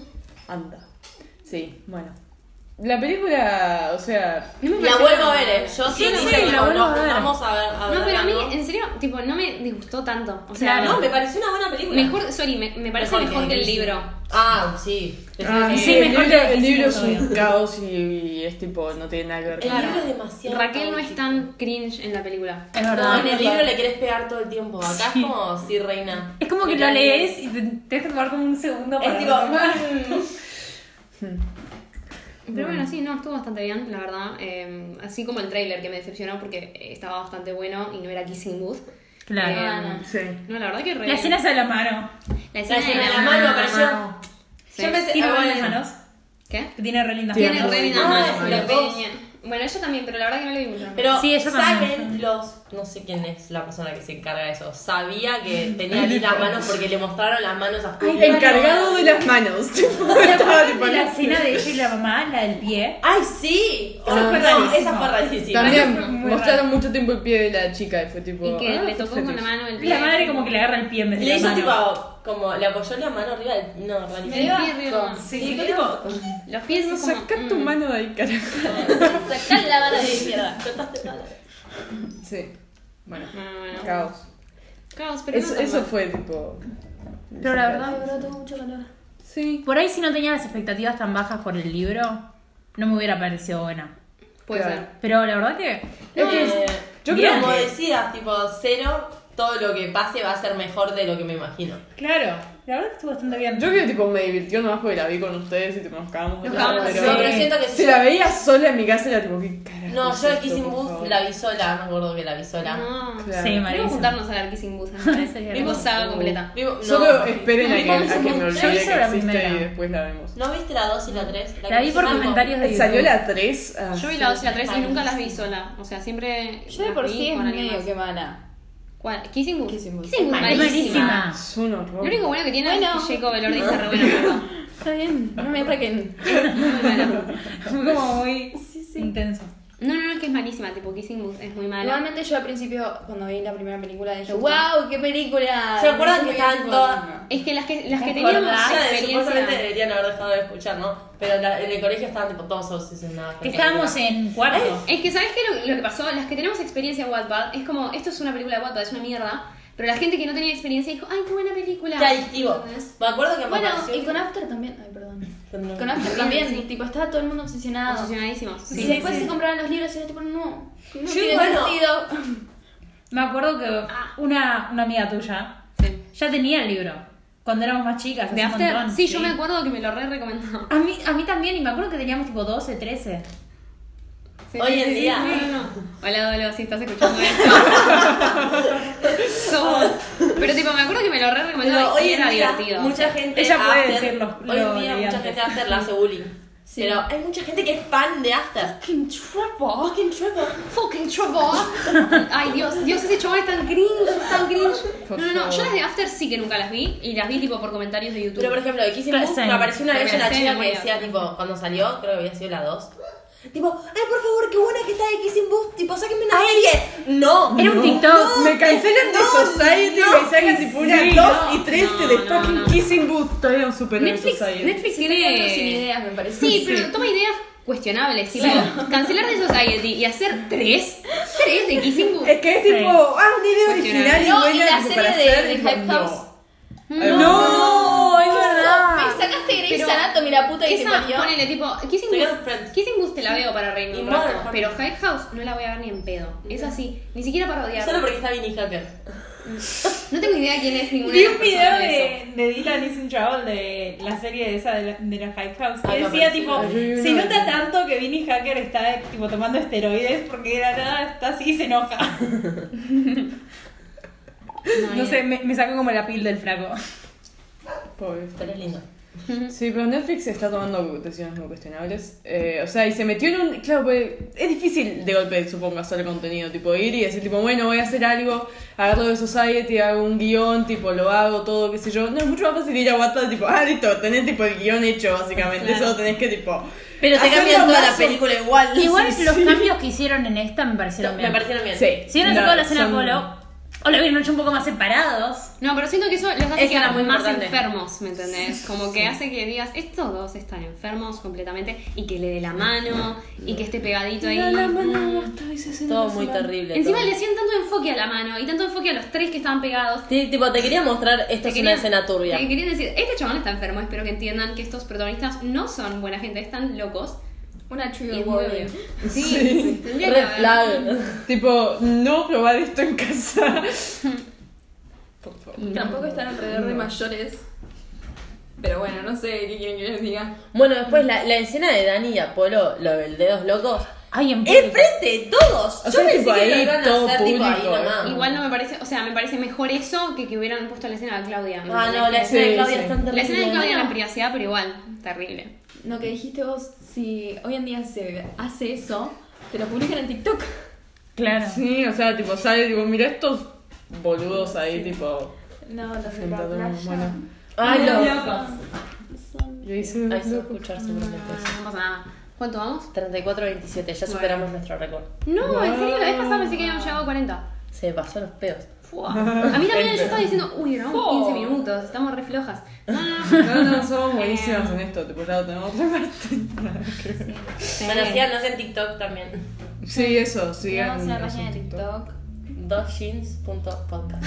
Speaker 4: Anda. Sí, bueno. La película, o sea.
Speaker 3: No me
Speaker 1: La
Speaker 3: pareció
Speaker 1: vuelvo a
Speaker 3: nada.
Speaker 1: ver, eh. Yo sí,
Speaker 5: Sí,
Speaker 1: dije,
Speaker 5: sí, la
Speaker 1: tipo,
Speaker 5: vuelvo
Speaker 1: nos
Speaker 5: a ver.
Speaker 1: juntamos a ver. a
Speaker 3: No,
Speaker 1: ver
Speaker 3: pero a mí,
Speaker 1: algo.
Speaker 3: en serio, tipo, no me disgustó tanto. O sea,
Speaker 5: Claro.
Speaker 1: No, me pareció una buena película.
Speaker 3: mejor, sorry, me, me parece mejor, que el libro.
Speaker 1: Ah, sí.
Speaker 4: Ah,
Speaker 5: sí,
Speaker 4: el,
Speaker 5: mejor
Speaker 4: libro,
Speaker 5: que
Speaker 4: el libro es
Speaker 5: hicimos,
Speaker 4: un caos y, y es tipo, no tiene nada que ver
Speaker 1: El
Speaker 4: con
Speaker 1: libro es demasiado.
Speaker 3: Raquel no es
Speaker 1: caótico.
Speaker 3: tan cringe en la película.
Speaker 5: Es
Speaker 1: No,
Speaker 5: verdad.
Speaker 1: en el libro le querés pegar todo el tiempo. Acá es como, sí, reina.
Speaker 5: Es como que lo
Speaker 1: Mira,
Speaker 5: lees y te tienes que tomar como un segundo para.
Speaker 1: Es tipo. mm.
Speaker 3: Pero bueno, sí, no, estuvo bastante bien, la verdad. Eh, así como el tráiler que me decepcionó porque estaba bastante bueno y no era Kissing Booth.
Speaker 5: Claro.
Speaker 3: Eh,
Speaker 4: Sí.
Speaker 3: no, la verdad que re...
Speaker 5: La escena es a la mano.
Speaker 3: La escena
Speaker 1: La escena de la
Speaker 3: mano.
Speaker 1: mano apareció.
Speaker 3: Sí.
Speaker 1: Yo pensé,
Speaker 5: Tiene
Speaker 1: ah,
Speaker 5: buenas
Speaker 1: bueno.
Speaker 5: manos.
Speaker 3: ¿Qué?
Speaker 5: Que tiene re lindas
Speaker 4: Tiene
Speaker 3: Tiene
Speaker 4: muy
Speaker 1: [LAUGHS]
Speaker 3: re lindas
Speaker 1: buenas
Speaker 3: manos,
Speaker 1: manos.
Speaker 3: la
Speaker 1: Los dos.
Speaker 3: peña. Bueno, ella también, pero la verdad que no le vi mucho.
Speaker 1: Pero
Speaker 5: Sí, ella también.
Speaker 1: saben los. No sé quién es la persona que se encarga de eso. Sabía que tenía ahí las manos porque le mostraron las manos a Julio.
Speaker 4: Encargado de las
Speaker 3: [LAUGHS]
Speaker 4: manos. tipo,
Speaker 5: ¿Se
Speaker 4: estaba
Speaker 5: acuerdan
Speaker 4: tipo,
Speaker 5: de
Speaker 4: [LAUGHS]
Speaker 5: la
Speaker 4: no sé.
Speaker 5: escena de ella y la mamá, la del pie?
Speaker 1: ¡Ay, sí! Oh, Esa
Speaker 4: Ah,
Speaker 1: fue
Speaker 5: no.
Speaker 1: rarísima. Esa fue rarísima.
Speaker 4: También
Speaker 5: Eso fue muy
Speaker 4: mostraron mucho tiempo el pie de la chica y fue tipo.
Speaker 3: Y que
Speaker 4: ah,
Speaker 3: le tocó
Speaker 4: fetiche.
Speaker 3: con la mano el
Speaker 5: Y La madre como que le agarra el pie en vez de
Speaker 1: Le
Speaker 5: la
Speaker 1: hizo
Speaker 5: mano.
Speaker 1: tipo. Como le apoyó la mano arriba del. No,
Speaker 3: Mm. El pie
Speaker 1: rarísimo.
Speaker 3: arriba de la mano.
Speaker 1: Sí, fue tipo.
Speaker 3: Los pies
Speaker 4: No,
Speaker 3: son como,
Speaker 4: Sacá tu
Speaker 3: mm.
Speaker 4: mano de ahí,
Speaker 3: [LAUGHS]
Speaker 4: carajo.
Speaker 1: Sacá la mano de izquierda. cortaste toda la-
Speaker 4: Sí.
Speaker 3: Bueno,
Speaker 4: Bueno,
Speaker 3: Ah, bueno.
Speaker 4: caos.
Speaker 3: Caos, pero
Speaker 4: Eso,
Speaker 3: no tan
Speaker 4: eso
Speaker 3: mal.
Speaker 4: fue tipo.
Speaker 5: Pero la verdad,
Speaker 6: Ahora tengo mucho calor.
Speaker 4: Sí.
Speaker 5: por ahí si no tenía las expectativas tan bajas por el libro, no me hubiera parecido buena.
Speaker 3: Puede
Speaker 4: Claro.
Speaker 3: ser.
Speaker 5: Pero la verdad que...
Speaker 4: Es que
Speaker 1: Eh,
Speaker 4: yo creo
Speaker 1: Como
Speaker 4: que-
Speaker 1: decías, tipo, cero. Todo lo que pase va a ser mejor de lo que me imagino.
Speaker 5: Claro, la verdad que estuvo bastante bien.
Speaker 4: Yo que tipo me divirtió nomás porque la vi con ustedes y tipo, nos cagamos. de
Speaker 3: Nos
Speaker 4: risa,
Speaker 3: cagamos,
Speaker 1: No,
Speaker 4: pero-
Speaker 5: sí.
Speaker 1: pero siento que
Speaker 4: Si la veía sola en mi casa era tipo, ¿qué carajo?
Speaker 1: No,
Speaker 4: es
Speaker 1: yo el
Speaker 4: esto,
Speaker 1: Kissing
Speaker 4: por
Speaker 1: Booth
Speaker 4: favor?
Speaker 1: la vi sola, me acuerdo que la vi sola.
Speaker 3: No.
Speaker 4: Claro.
Speaker 5: Sí,
Speaker 3: Vamos a
Speaker 5: malísimo.
Speaker 3: juntarnos a ver Kissing Booth.
Speaker 2: [LAUGHS]
Speaker 3: ¿no?
Speaker 5: Sería
Speaker 3: Vimos
Speaker 5: hermoso.
Speaker 3: saga completa.
Speaker 1: Vivo- no.
Speaker 4: Solo esperen a que,
Speaker 1: Vimos
Speaker 4: a que
Speaker 1: un-
Speaker 4: me olvide
Speaker 5: Yo
Speaker 4: que
Speaker 5: vi solo la
Speaker 4: existe
Speaker 5: primera.
Speaker 4: y después la vemos.
Speaker 1: ¿No viste la 2 y la 3?
Speaker 5: La vi por comentarios de YouTube.
Speaker 4: Salió la ah, 3.
Speaker 1: Ah,
Speaker 3: Yo vi la 2 y la 3 y nunca las vi sola. O sea, siempre.
Speaker 2: Yo de
Speaker 3: las
Speaker 2: por
Speaker 3: vi
Speaker 2: sí es
Speaker 3: con alguien
Speaker 2: medio
Speaker 3: más.
Speaker 2: que mala.
Speaker 3: ¿Cuál? Kissing Booth.
Speaker 2: Kissing Booth.
Speaker 3: Kissing Booth.
Speaker 5: Es
Speaker 3: Malísima.
Speaker 5: malísima.
Speaker 4: Es un horror.
Speaker 3: Lo único bueno que tiene
Speaker 2: Bueno.
Speaker 3: es que Jacob Elordi está
Speaker 1: Ah.
Speaker 3: re bueno. pero
Speaker 2: Está bien, no me ataquen.
Speaker 3: Muy bueno.
Speaker 5: Fue como muy intenso.
Speaker 3: No, no, no, es que es malísima. Tipo, Kissing Booth es muy mala.
Speaker 2: Igualmente yo al principio, cuando vi la primera película, dije, wow, qué película.
Speaker 1: ¿Se acuerdan que
Speaker 2: Muy
Speaker 1: estaban
Speaker 2: bien,
Speaker 1: todas-
Speaker 2: bueno.
Speaker 3: Es que las que, las que
Speaker 1: Que
Speaker 3: teníamos
Speaker 1: teníamos supuestamente
Speaker 3: experiencia.
Speaker 1: deberían haber dejado de escuchar, ¿no? Pero la- en el colegio estaban tipo todos obsesionados.
Speaker 5: Que estábamos en cuarto.
Speaker 3: Es que, ¿sabes qué? Lo, lo que pasó, las que tenemos experiencia en Wattpad, es como, esto es una película de Wattpad, es una mierda. Pero la gente que no tenía experiencia dijo, ay, qué buena película.
Speaker 1: Qué adictivo. Me acuerdo que me
Speaker 2: Bueno,
Speaker 1: pareció-
Speaker 2: y con After también. Ay, perdón.
Speaker 1: Con-
Speaker 2: Con After también, tipo, estaba todo el mundo obsesionado.
Speaker 3: Obsesionadísimos. Sí.
Speaker 2: y después se compraban los libros y era tipo, no, no
Speaker 1: Yo
Speaker 2: tiene
Speaker 1: igual no.
Speaker 2: sentido.
Speaker 5: Me acuerdo que una, una amiga tuya
Speaker 3: Sí.
Speaker 5: ya tenía el libro. Cuando éramos más chicas.
Speaker 3: De
Speaker 5: hace un
Speaker 3: After,
Speaker 5: montón,
Speaker 3: sí, yo me acuerdo que me lo re recomendó.
Speaker 5: A mí, a mí también, y me acuerdo que teníamos tipo 12, 13.
Speaker 3: Sí,
Speaker 1: Hoy
Speaker 3: sí,
Speaker 1: en
Speaker 3: sí,
Speaker 1: día.
Speaker 3: sí, no, no. Hola, Dolo, si estás escuchando [LAUGHS] esto. Somos. Pero tipo, me acuerdo que me lo re recomendó
Speaker 1: Pero
Speaker 3: y
Speaker 1: hoy en
Speaker 3: era
Speaker 1: día
Speaker 3: divertido.
Speaker 1: mucha gente
Speaker 5: Ella puede
Speaker 1: After-
Speaker 5: decir lo-
Speaker 1: hoy
Speaker 5: lo
Speaker 1: en día
Speaker 5: de
Speaker 1: mucha
Speaker 5: antes.
Speaker 1: gente After la hace bullying. Pero hay mucha gente que es fan de After. Fucking Trevor. Fucking Trevor.
Speaker 3: Fucking Trevor. Ay, Dios, Dios, ese chaval es tan cringe, es tan cringe. No,
Speaker 4: Por
Speaker 3: no, no, yo
Speaker 4: favor.
Speaker 3: las de After sí que nunca las vi y las vi tipo por comentarios de YouTube.
Speaker 1: Pero por ejemplo, de Kissing
Speaker 5: Claro,
Speaker 1: Booth
Speaker 5: sí.
Speaker 1: me apareció una vez
Speaker 3: También
Speaker 1: una
Speaker 3: la
Speaker 1: chica
Speaker 3: escena,
Speaker 1: que decía,
Speaker 3: bueno.
Speaker 1: tipo, cuando salió, creo que había sido la 2. Tipo, ay, por favor, qué buena que está de Kissing Booth. Tipo, sáquenme una serie. No.
Speaker 5: Era un TikTok.
Speaker 4: Me cancelan de Society y me sacan tipo una 2 y 3
Speaker 3: no,
Speaker 4: de
Speaker 3: no,
Speaker 4: fucking
Speaker 3: no.
Speaker 4: Kissing Booth. Todavía un super
Speaker 3: Netflix,
Speaker 4: Society.
Speaker 3: Netflix
Speaker 2: Se está quedando
Speaker 3: tiene.
Speaker 2: sin ideas, me parece.
Speaker 3: Sí, pero toma ideas cuestionables. Tipo, cancelar de Society y hacer tres. Tres de Kissing Booth.
Speaker 4: Es que es
Speaker 5: Sí.
Speaker 4: tipo, ah, una idea
Speaker 3: Cuestionable.
Speaker 4: original y
Speaker 2: No, y
Speaker 4: buena
Speaker 2: la
Speaker 4: tipo,
Speaker 2: serie
Speaker 4: para
Speaker 2: de-
Speaker 4: hacer,
Speaker 2: de
Speaker 4: tipo,
Speaker 2: Hype
Speaker 4: no.
Speaker 2: House.
Speaker 4: [LAUGHS] No.
Speaker 2: es verdad. Me sacaste Grey's
Speaker 3: Pero-
Speaker 2: Anatomy, la puta que te
Speaker 3: Esa,
Speaker 2: parió.
Speaker 3: ponele tipo, Kissing
Speaker 1: Soy
Speaker 3: Booth,
Speaker 1: un friend.
Speaker 3: Kissing Booth te la veo para reírme un
Speaker 1: Y
Speaker 3: rato,
Speaker 1: Modern
Speaker 3: pero Hype House no la voy a ver ni en pedo. Es así, ni siquiera para odiar.
Speaker 1: Solo porque está Vinny Hacker.
Speaker 3: No tengo idea quién es ninguna
Speaker 5: Vi
Speaker 3: de las
Speaker 5: un video
Speaker 3: personas eso.
Speaker 5: de, de Dylan is in Trouble de la serie de esa de la, de la Hype House que
Speaker 1: Ah, no,
Speaker 5: decía
Speaker 1: pero sí,
Speaker 5: tipo
Speaker 4: yo vi
Speaker 5: se
Speaker 4: una-
Speaker 5: nota tanto que Vinny Hacker está tipo tomando esteroides porque de la nada está así y se enoja
Speaker 3: No,
Speaker 5: no
Speaker 3: ni
Speaker 5: sé me, me saco como la piel del fraco
Speaker 4: Pobre.
Speaker 1: Pero es lindo.
Speaker 4: Sí, pero Netflix está tomando decisiones muy cuestionables. Eh, o sea, y se metió en un. Claro, pues es difícil de golpe, supongo, hacer contenido. Tipo, ir y decir, tipo, bueno, voy a hacer algo, agarro de Society, hago un guión, tipo, lo hago todo, qué sé yo. No, es mucho más fácil ir a WhatsApp, tipo, ah, listo, tenés tipo el guión hecho, básicamente. Solo tenés que, tipo.
Speaker 1: Pero te
Speaker 4: hacerlo
Speaker 1: cambian toda la
Speaker 4: brazo. [LAUGHS]
Speaker 1: película igual.
Speaker 5: igual
Speaker 4: Sí,
Speaker 5: los
Speaker 4: sí.
Speaker 5: cambios que hicieron en esta me parecieron
Speaker 1: Me
Speaker 5: bien
Speaker 1: parecieron bien.
Speaker 4: Sí.
Speaker 5: si hubieran
Speaker 4: No,
Speaker 5: sacado la escena
Speaker 4: son-
Speaker 5: Apolo o lo hubieran hecho un poco más separados
Speaker 3: No, pero siento que eso los hace
Speaker 1: Eso era
Speaker 3: quedar
Speaker 1: muy
Speaker 3: más
Speaker 1: importante.
Speaker 3: enfermos, ¿me entendés? Como que hace que digas, estos dos están enfermos completamente y que le dé la mano y que esté pegadito ahí. Mm.
Speaker 1: Todo muy terrible.
Speaker 3: Encima
Speaker 1: todo.
Speaker 3: le hacían tanto enfoque a la mano y tanto enfoque a los tres que estaban pegados.
Speaker 1: Sí, tipo, te quería mostrar, esto
Speaker 3: Te
Speaker 1: es una
Speaker 3: querían-
Speaker 1: escena turbia.
Speaker 3: te querían decir, este chabón está enfermo, espero que entiendan que estos protagonistas no son buena gente, están locos.
Speaker 2: Una
Speaker 3: Y
Speaker 2: trigger
Speaker 3: es muy obvio.
Speaker 2: warning.
Speaker 3: Sí, tendría que
Speaker 1: Red
Speaker 3: haber-
Speaker 1: flag.
Speaker 4: Tipo, no probar esto en casa.
Speaker 1: [LAUGHS]
Speaker 3: Y no.
Speaker 2: Tampoco están alrededor de mayores. Pero bueno, no sé qué quieren que les diga.
Speaker 1: Bueno, después la, la escena de Dani y Apolo, lo del dedos locos.
Speaker 5: ay en
Speaker 1: ¡Enfrente de todos!
Speaker 4: O sea, tipo, ahí todo
Speaker 1: tipo ahí
Speaker 4: público, eh.
Speaker 1: nomás.
Speaker 3: Igual no me parece, o sea, me parece mejor eso que que hubieran puesto la escena de Claudia. ¿me
Speaker 1: Ah, no, la
Speaker 3: entendés?
Speaker 1: escena de
Speaker 4: Sí,
Speaker 1: Claudia
Speaker 4: sí.
Speaker 1: es tan terrible.
Speaker 3: La escena de Claudia en la privacidad, pero igual, terrible.
Speaker 2: Lo que dijiste vos, si hoy en día se hace eso, que lo publican en [LAUGHS] TikTok.
Speaker 5: Claro.
Speaker 4: Sí, o sea, tipo, sale, tipo, mira estos boludos ahí, tipo.
Speaker 6: No, los de la
Speaker 4: sentados,
Speaker 6: playa.
Speaker 4: bueno.
Speaker 1: Ay, no.
Speaker 4: Yo hice.
Speaker 1: Ay, se escuchar seguramente.
Speaker 3: No pasa nada. ¿Cuánto vamos?
Speaker 1: 34-27, ya superamos nuestro récord.
Speaker 3: No, en serio, la vez pasada pensé que habíamos llegado a 40.
Speaker 1: Se pasó los pedos.
Speaker 3: Fua. A mí también yo estaba diciendo, uy, no, 15 minutos, estamos re flojas. Ah, No, no, no.
Speaker 4: No, no, somos buenísimos
Speaker 3: Em.
Speaker 4: en esto, tipo, ya lo tenemos preparado.
Speaker 1: Bueno, síganos en TikTok también.
Speaker 4: Sí, eso, sí.
Speaker 6: Vamos a la página de TikTok.
Speaker 1: Dosjeans.podcast.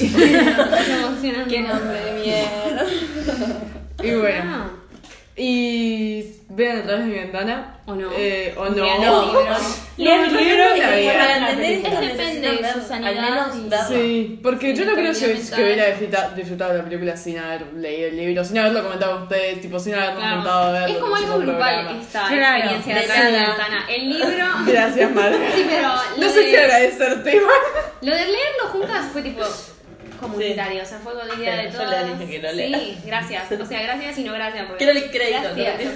Speaker 3: Está emocionante.
Speaker 6: Qué nombre de [LAUGHS] mierda.
Speaker 4: Y bueno.
Speaker 3: Ah,
Speaker 4: Y vean a través de mi ventana.
Speaker 3: O no.
Speaker 4: Eh, o no.
Speaker 3: Lean el
Speaker 4: No,
Speaker 3: libro.
Speaker 4: mi libro la
Speaker 1: Es que
Speaker 4: vida.
Speaker 1: para entender esto
Speaker 6: Depende
Speaker 1: necesitan
Speaker 6: de
Speaker 1: ver,
Speaker 6: su
Speaker 1: al
Speaker 6: sanidad
Speaker 1: menos
Speaker 6: y-
Speaker 1: verlo.
Speaker 4: Sí, porque yo no creo que,
Speaker 6: mental.
Speaker 4: que hubiera disfruta- disfrutado la película sin haber leído el libro, sin haberlo comentado con ustedes, tipo, sin haberlo
Speaker 3: Claro.
Speaker 4: comentado. verlo,
Speaker 3: Es como
Speaker 4: sin
Speaker 3: algo
Speaker 4: un
Speaker 3: grupal [LAUGHS]
Speaker 4: programa.
Speaker 3: esta
Speaker 5: Claro.
Speaker 3: experiencia de
Speaker 1: De
Speaker 3: atrás de la
Speaker 1: nada.
Speaker 3: ventana. El libro.
Speaker 4: [LAUGHS] Gracias, Mar.
Speaker 3: Sí, pero
Speaker 4: No
Speaker 3: lo,
Speaker 4: sé si
Speaker 3: de,
Speaker 4: agradecerte, Mar. [LAUGHS]
Speaker 3: lo de leerlo juntas fue tipo comunitario, o sea, fue con la idea
Speaker 1: Pero
Speaker 3: de
Speaker 1: yo
Speaker 3: todas.
Speaker 1: le dije que lo lea.
Speaker 3: Sí, gracias. O sea, gracias y no gracias. Porque...
Speaker 1: Quiero el crédito. ¿no?
Speaker 3: Gracias.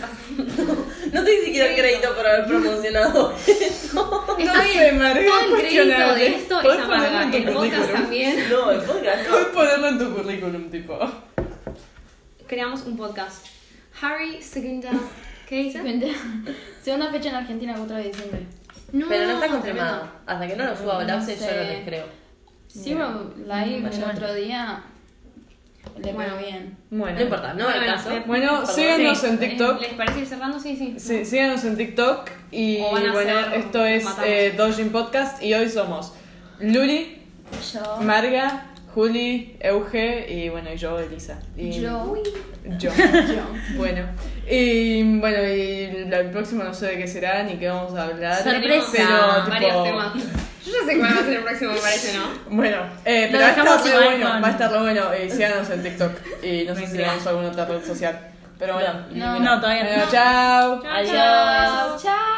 Speaker 1: No te ni siquiera el crédito por haber promocionado.
Speaker 4: No
Speaker 3: Está
Speaker 4: sé,
Speaker 3: bien.
Speaker 4: Mar, es
Speaker 3: Todo el crédito
Speaker 4: cuestionable.
Speaker 3: de esto es
Speaker 4: Podés ponerlo
Speaker 3: amarga.
Speaker 4: en tu
Speaker 3: El podcast
Speaker 4: currículum.
Speaker 3: también.
Speaker 1: No, el podcast
Speaker 4: Puedes ponerlo en tu currículum, tipo.
Speaker 3: Creamos un podcast. Harry Segunda. ¿Qué dice?
Speaker 6: Segunda- [LAUGHS] Segunda fecha en Argentina, 4 de diciembre.
Speaker 3: No,
Speaker 1: Pero no está
Speaker 3: tremendo.
Speaker 1: confirmado. Hasta que no lo suba a
Speaker 6: No
Speaker 1: Blase, yo no
Speaker 6: sé.
Speaker 1: les creo.
Speaker 6: Zero Live el otro día. Le
Speaker 3: Bueno.
Speaker 6: pegó bien.
Speaker 4: Bueno.
Speaker 1: No importa, no va el
Speaker 3: Bueno,
Speaker 1: caso.
Speaker 3: eh,
Speaker 4: Bueno,
Speaker 1: Perdón.
Speaker 4: síganos en
Speaker 3: Eh,
Speaker 4: TikTok.
Speaker 3: ¿Les parece ir cerrando? Sí, sí.
Speaker 4: Sí, síganos en TikTok. Y
Speaker 3: O van a
Speaker 4: bueno,
Speaker 3: ser-
Speaker 4: esto es
Speaker 3: matamos.
Speaker 4: eh, Dojin Podcast. Y hoy somos Luli,
Speaker 6: Yo.
Speaker 4: Marga, Juli, Euge y bueno, y yo, Elisa. Y
Speaker 6: Yo.
Speaker 4: Yo. Bueno. Y bueno, y la- el próximo no sé de qué será ni qué vamos a hablar.
Speaker 3: Tenemos
Speaker 4: Pero, tipo,
Speaker 3: varios temas. Yo ya sé cuál va a ser el próximo, me parece, ¿no?
Speaker 4: Bueno, eh, pero va a estar
Speaker 5: dejamos
Speaker 4: re
Speaker 5: igual
Speaker 4: bueno,
Speaker 5: con-
Speaker 4: va a estar re bueno. Eh, síganos en TikTok y no sé si tenemos alguna otra red social. Pero bueno,
Speaker 6: No.
Speaker 5: No, todavía no.
Speaker 4: Bueno, chao.
Speaker 6: Yo. Chao.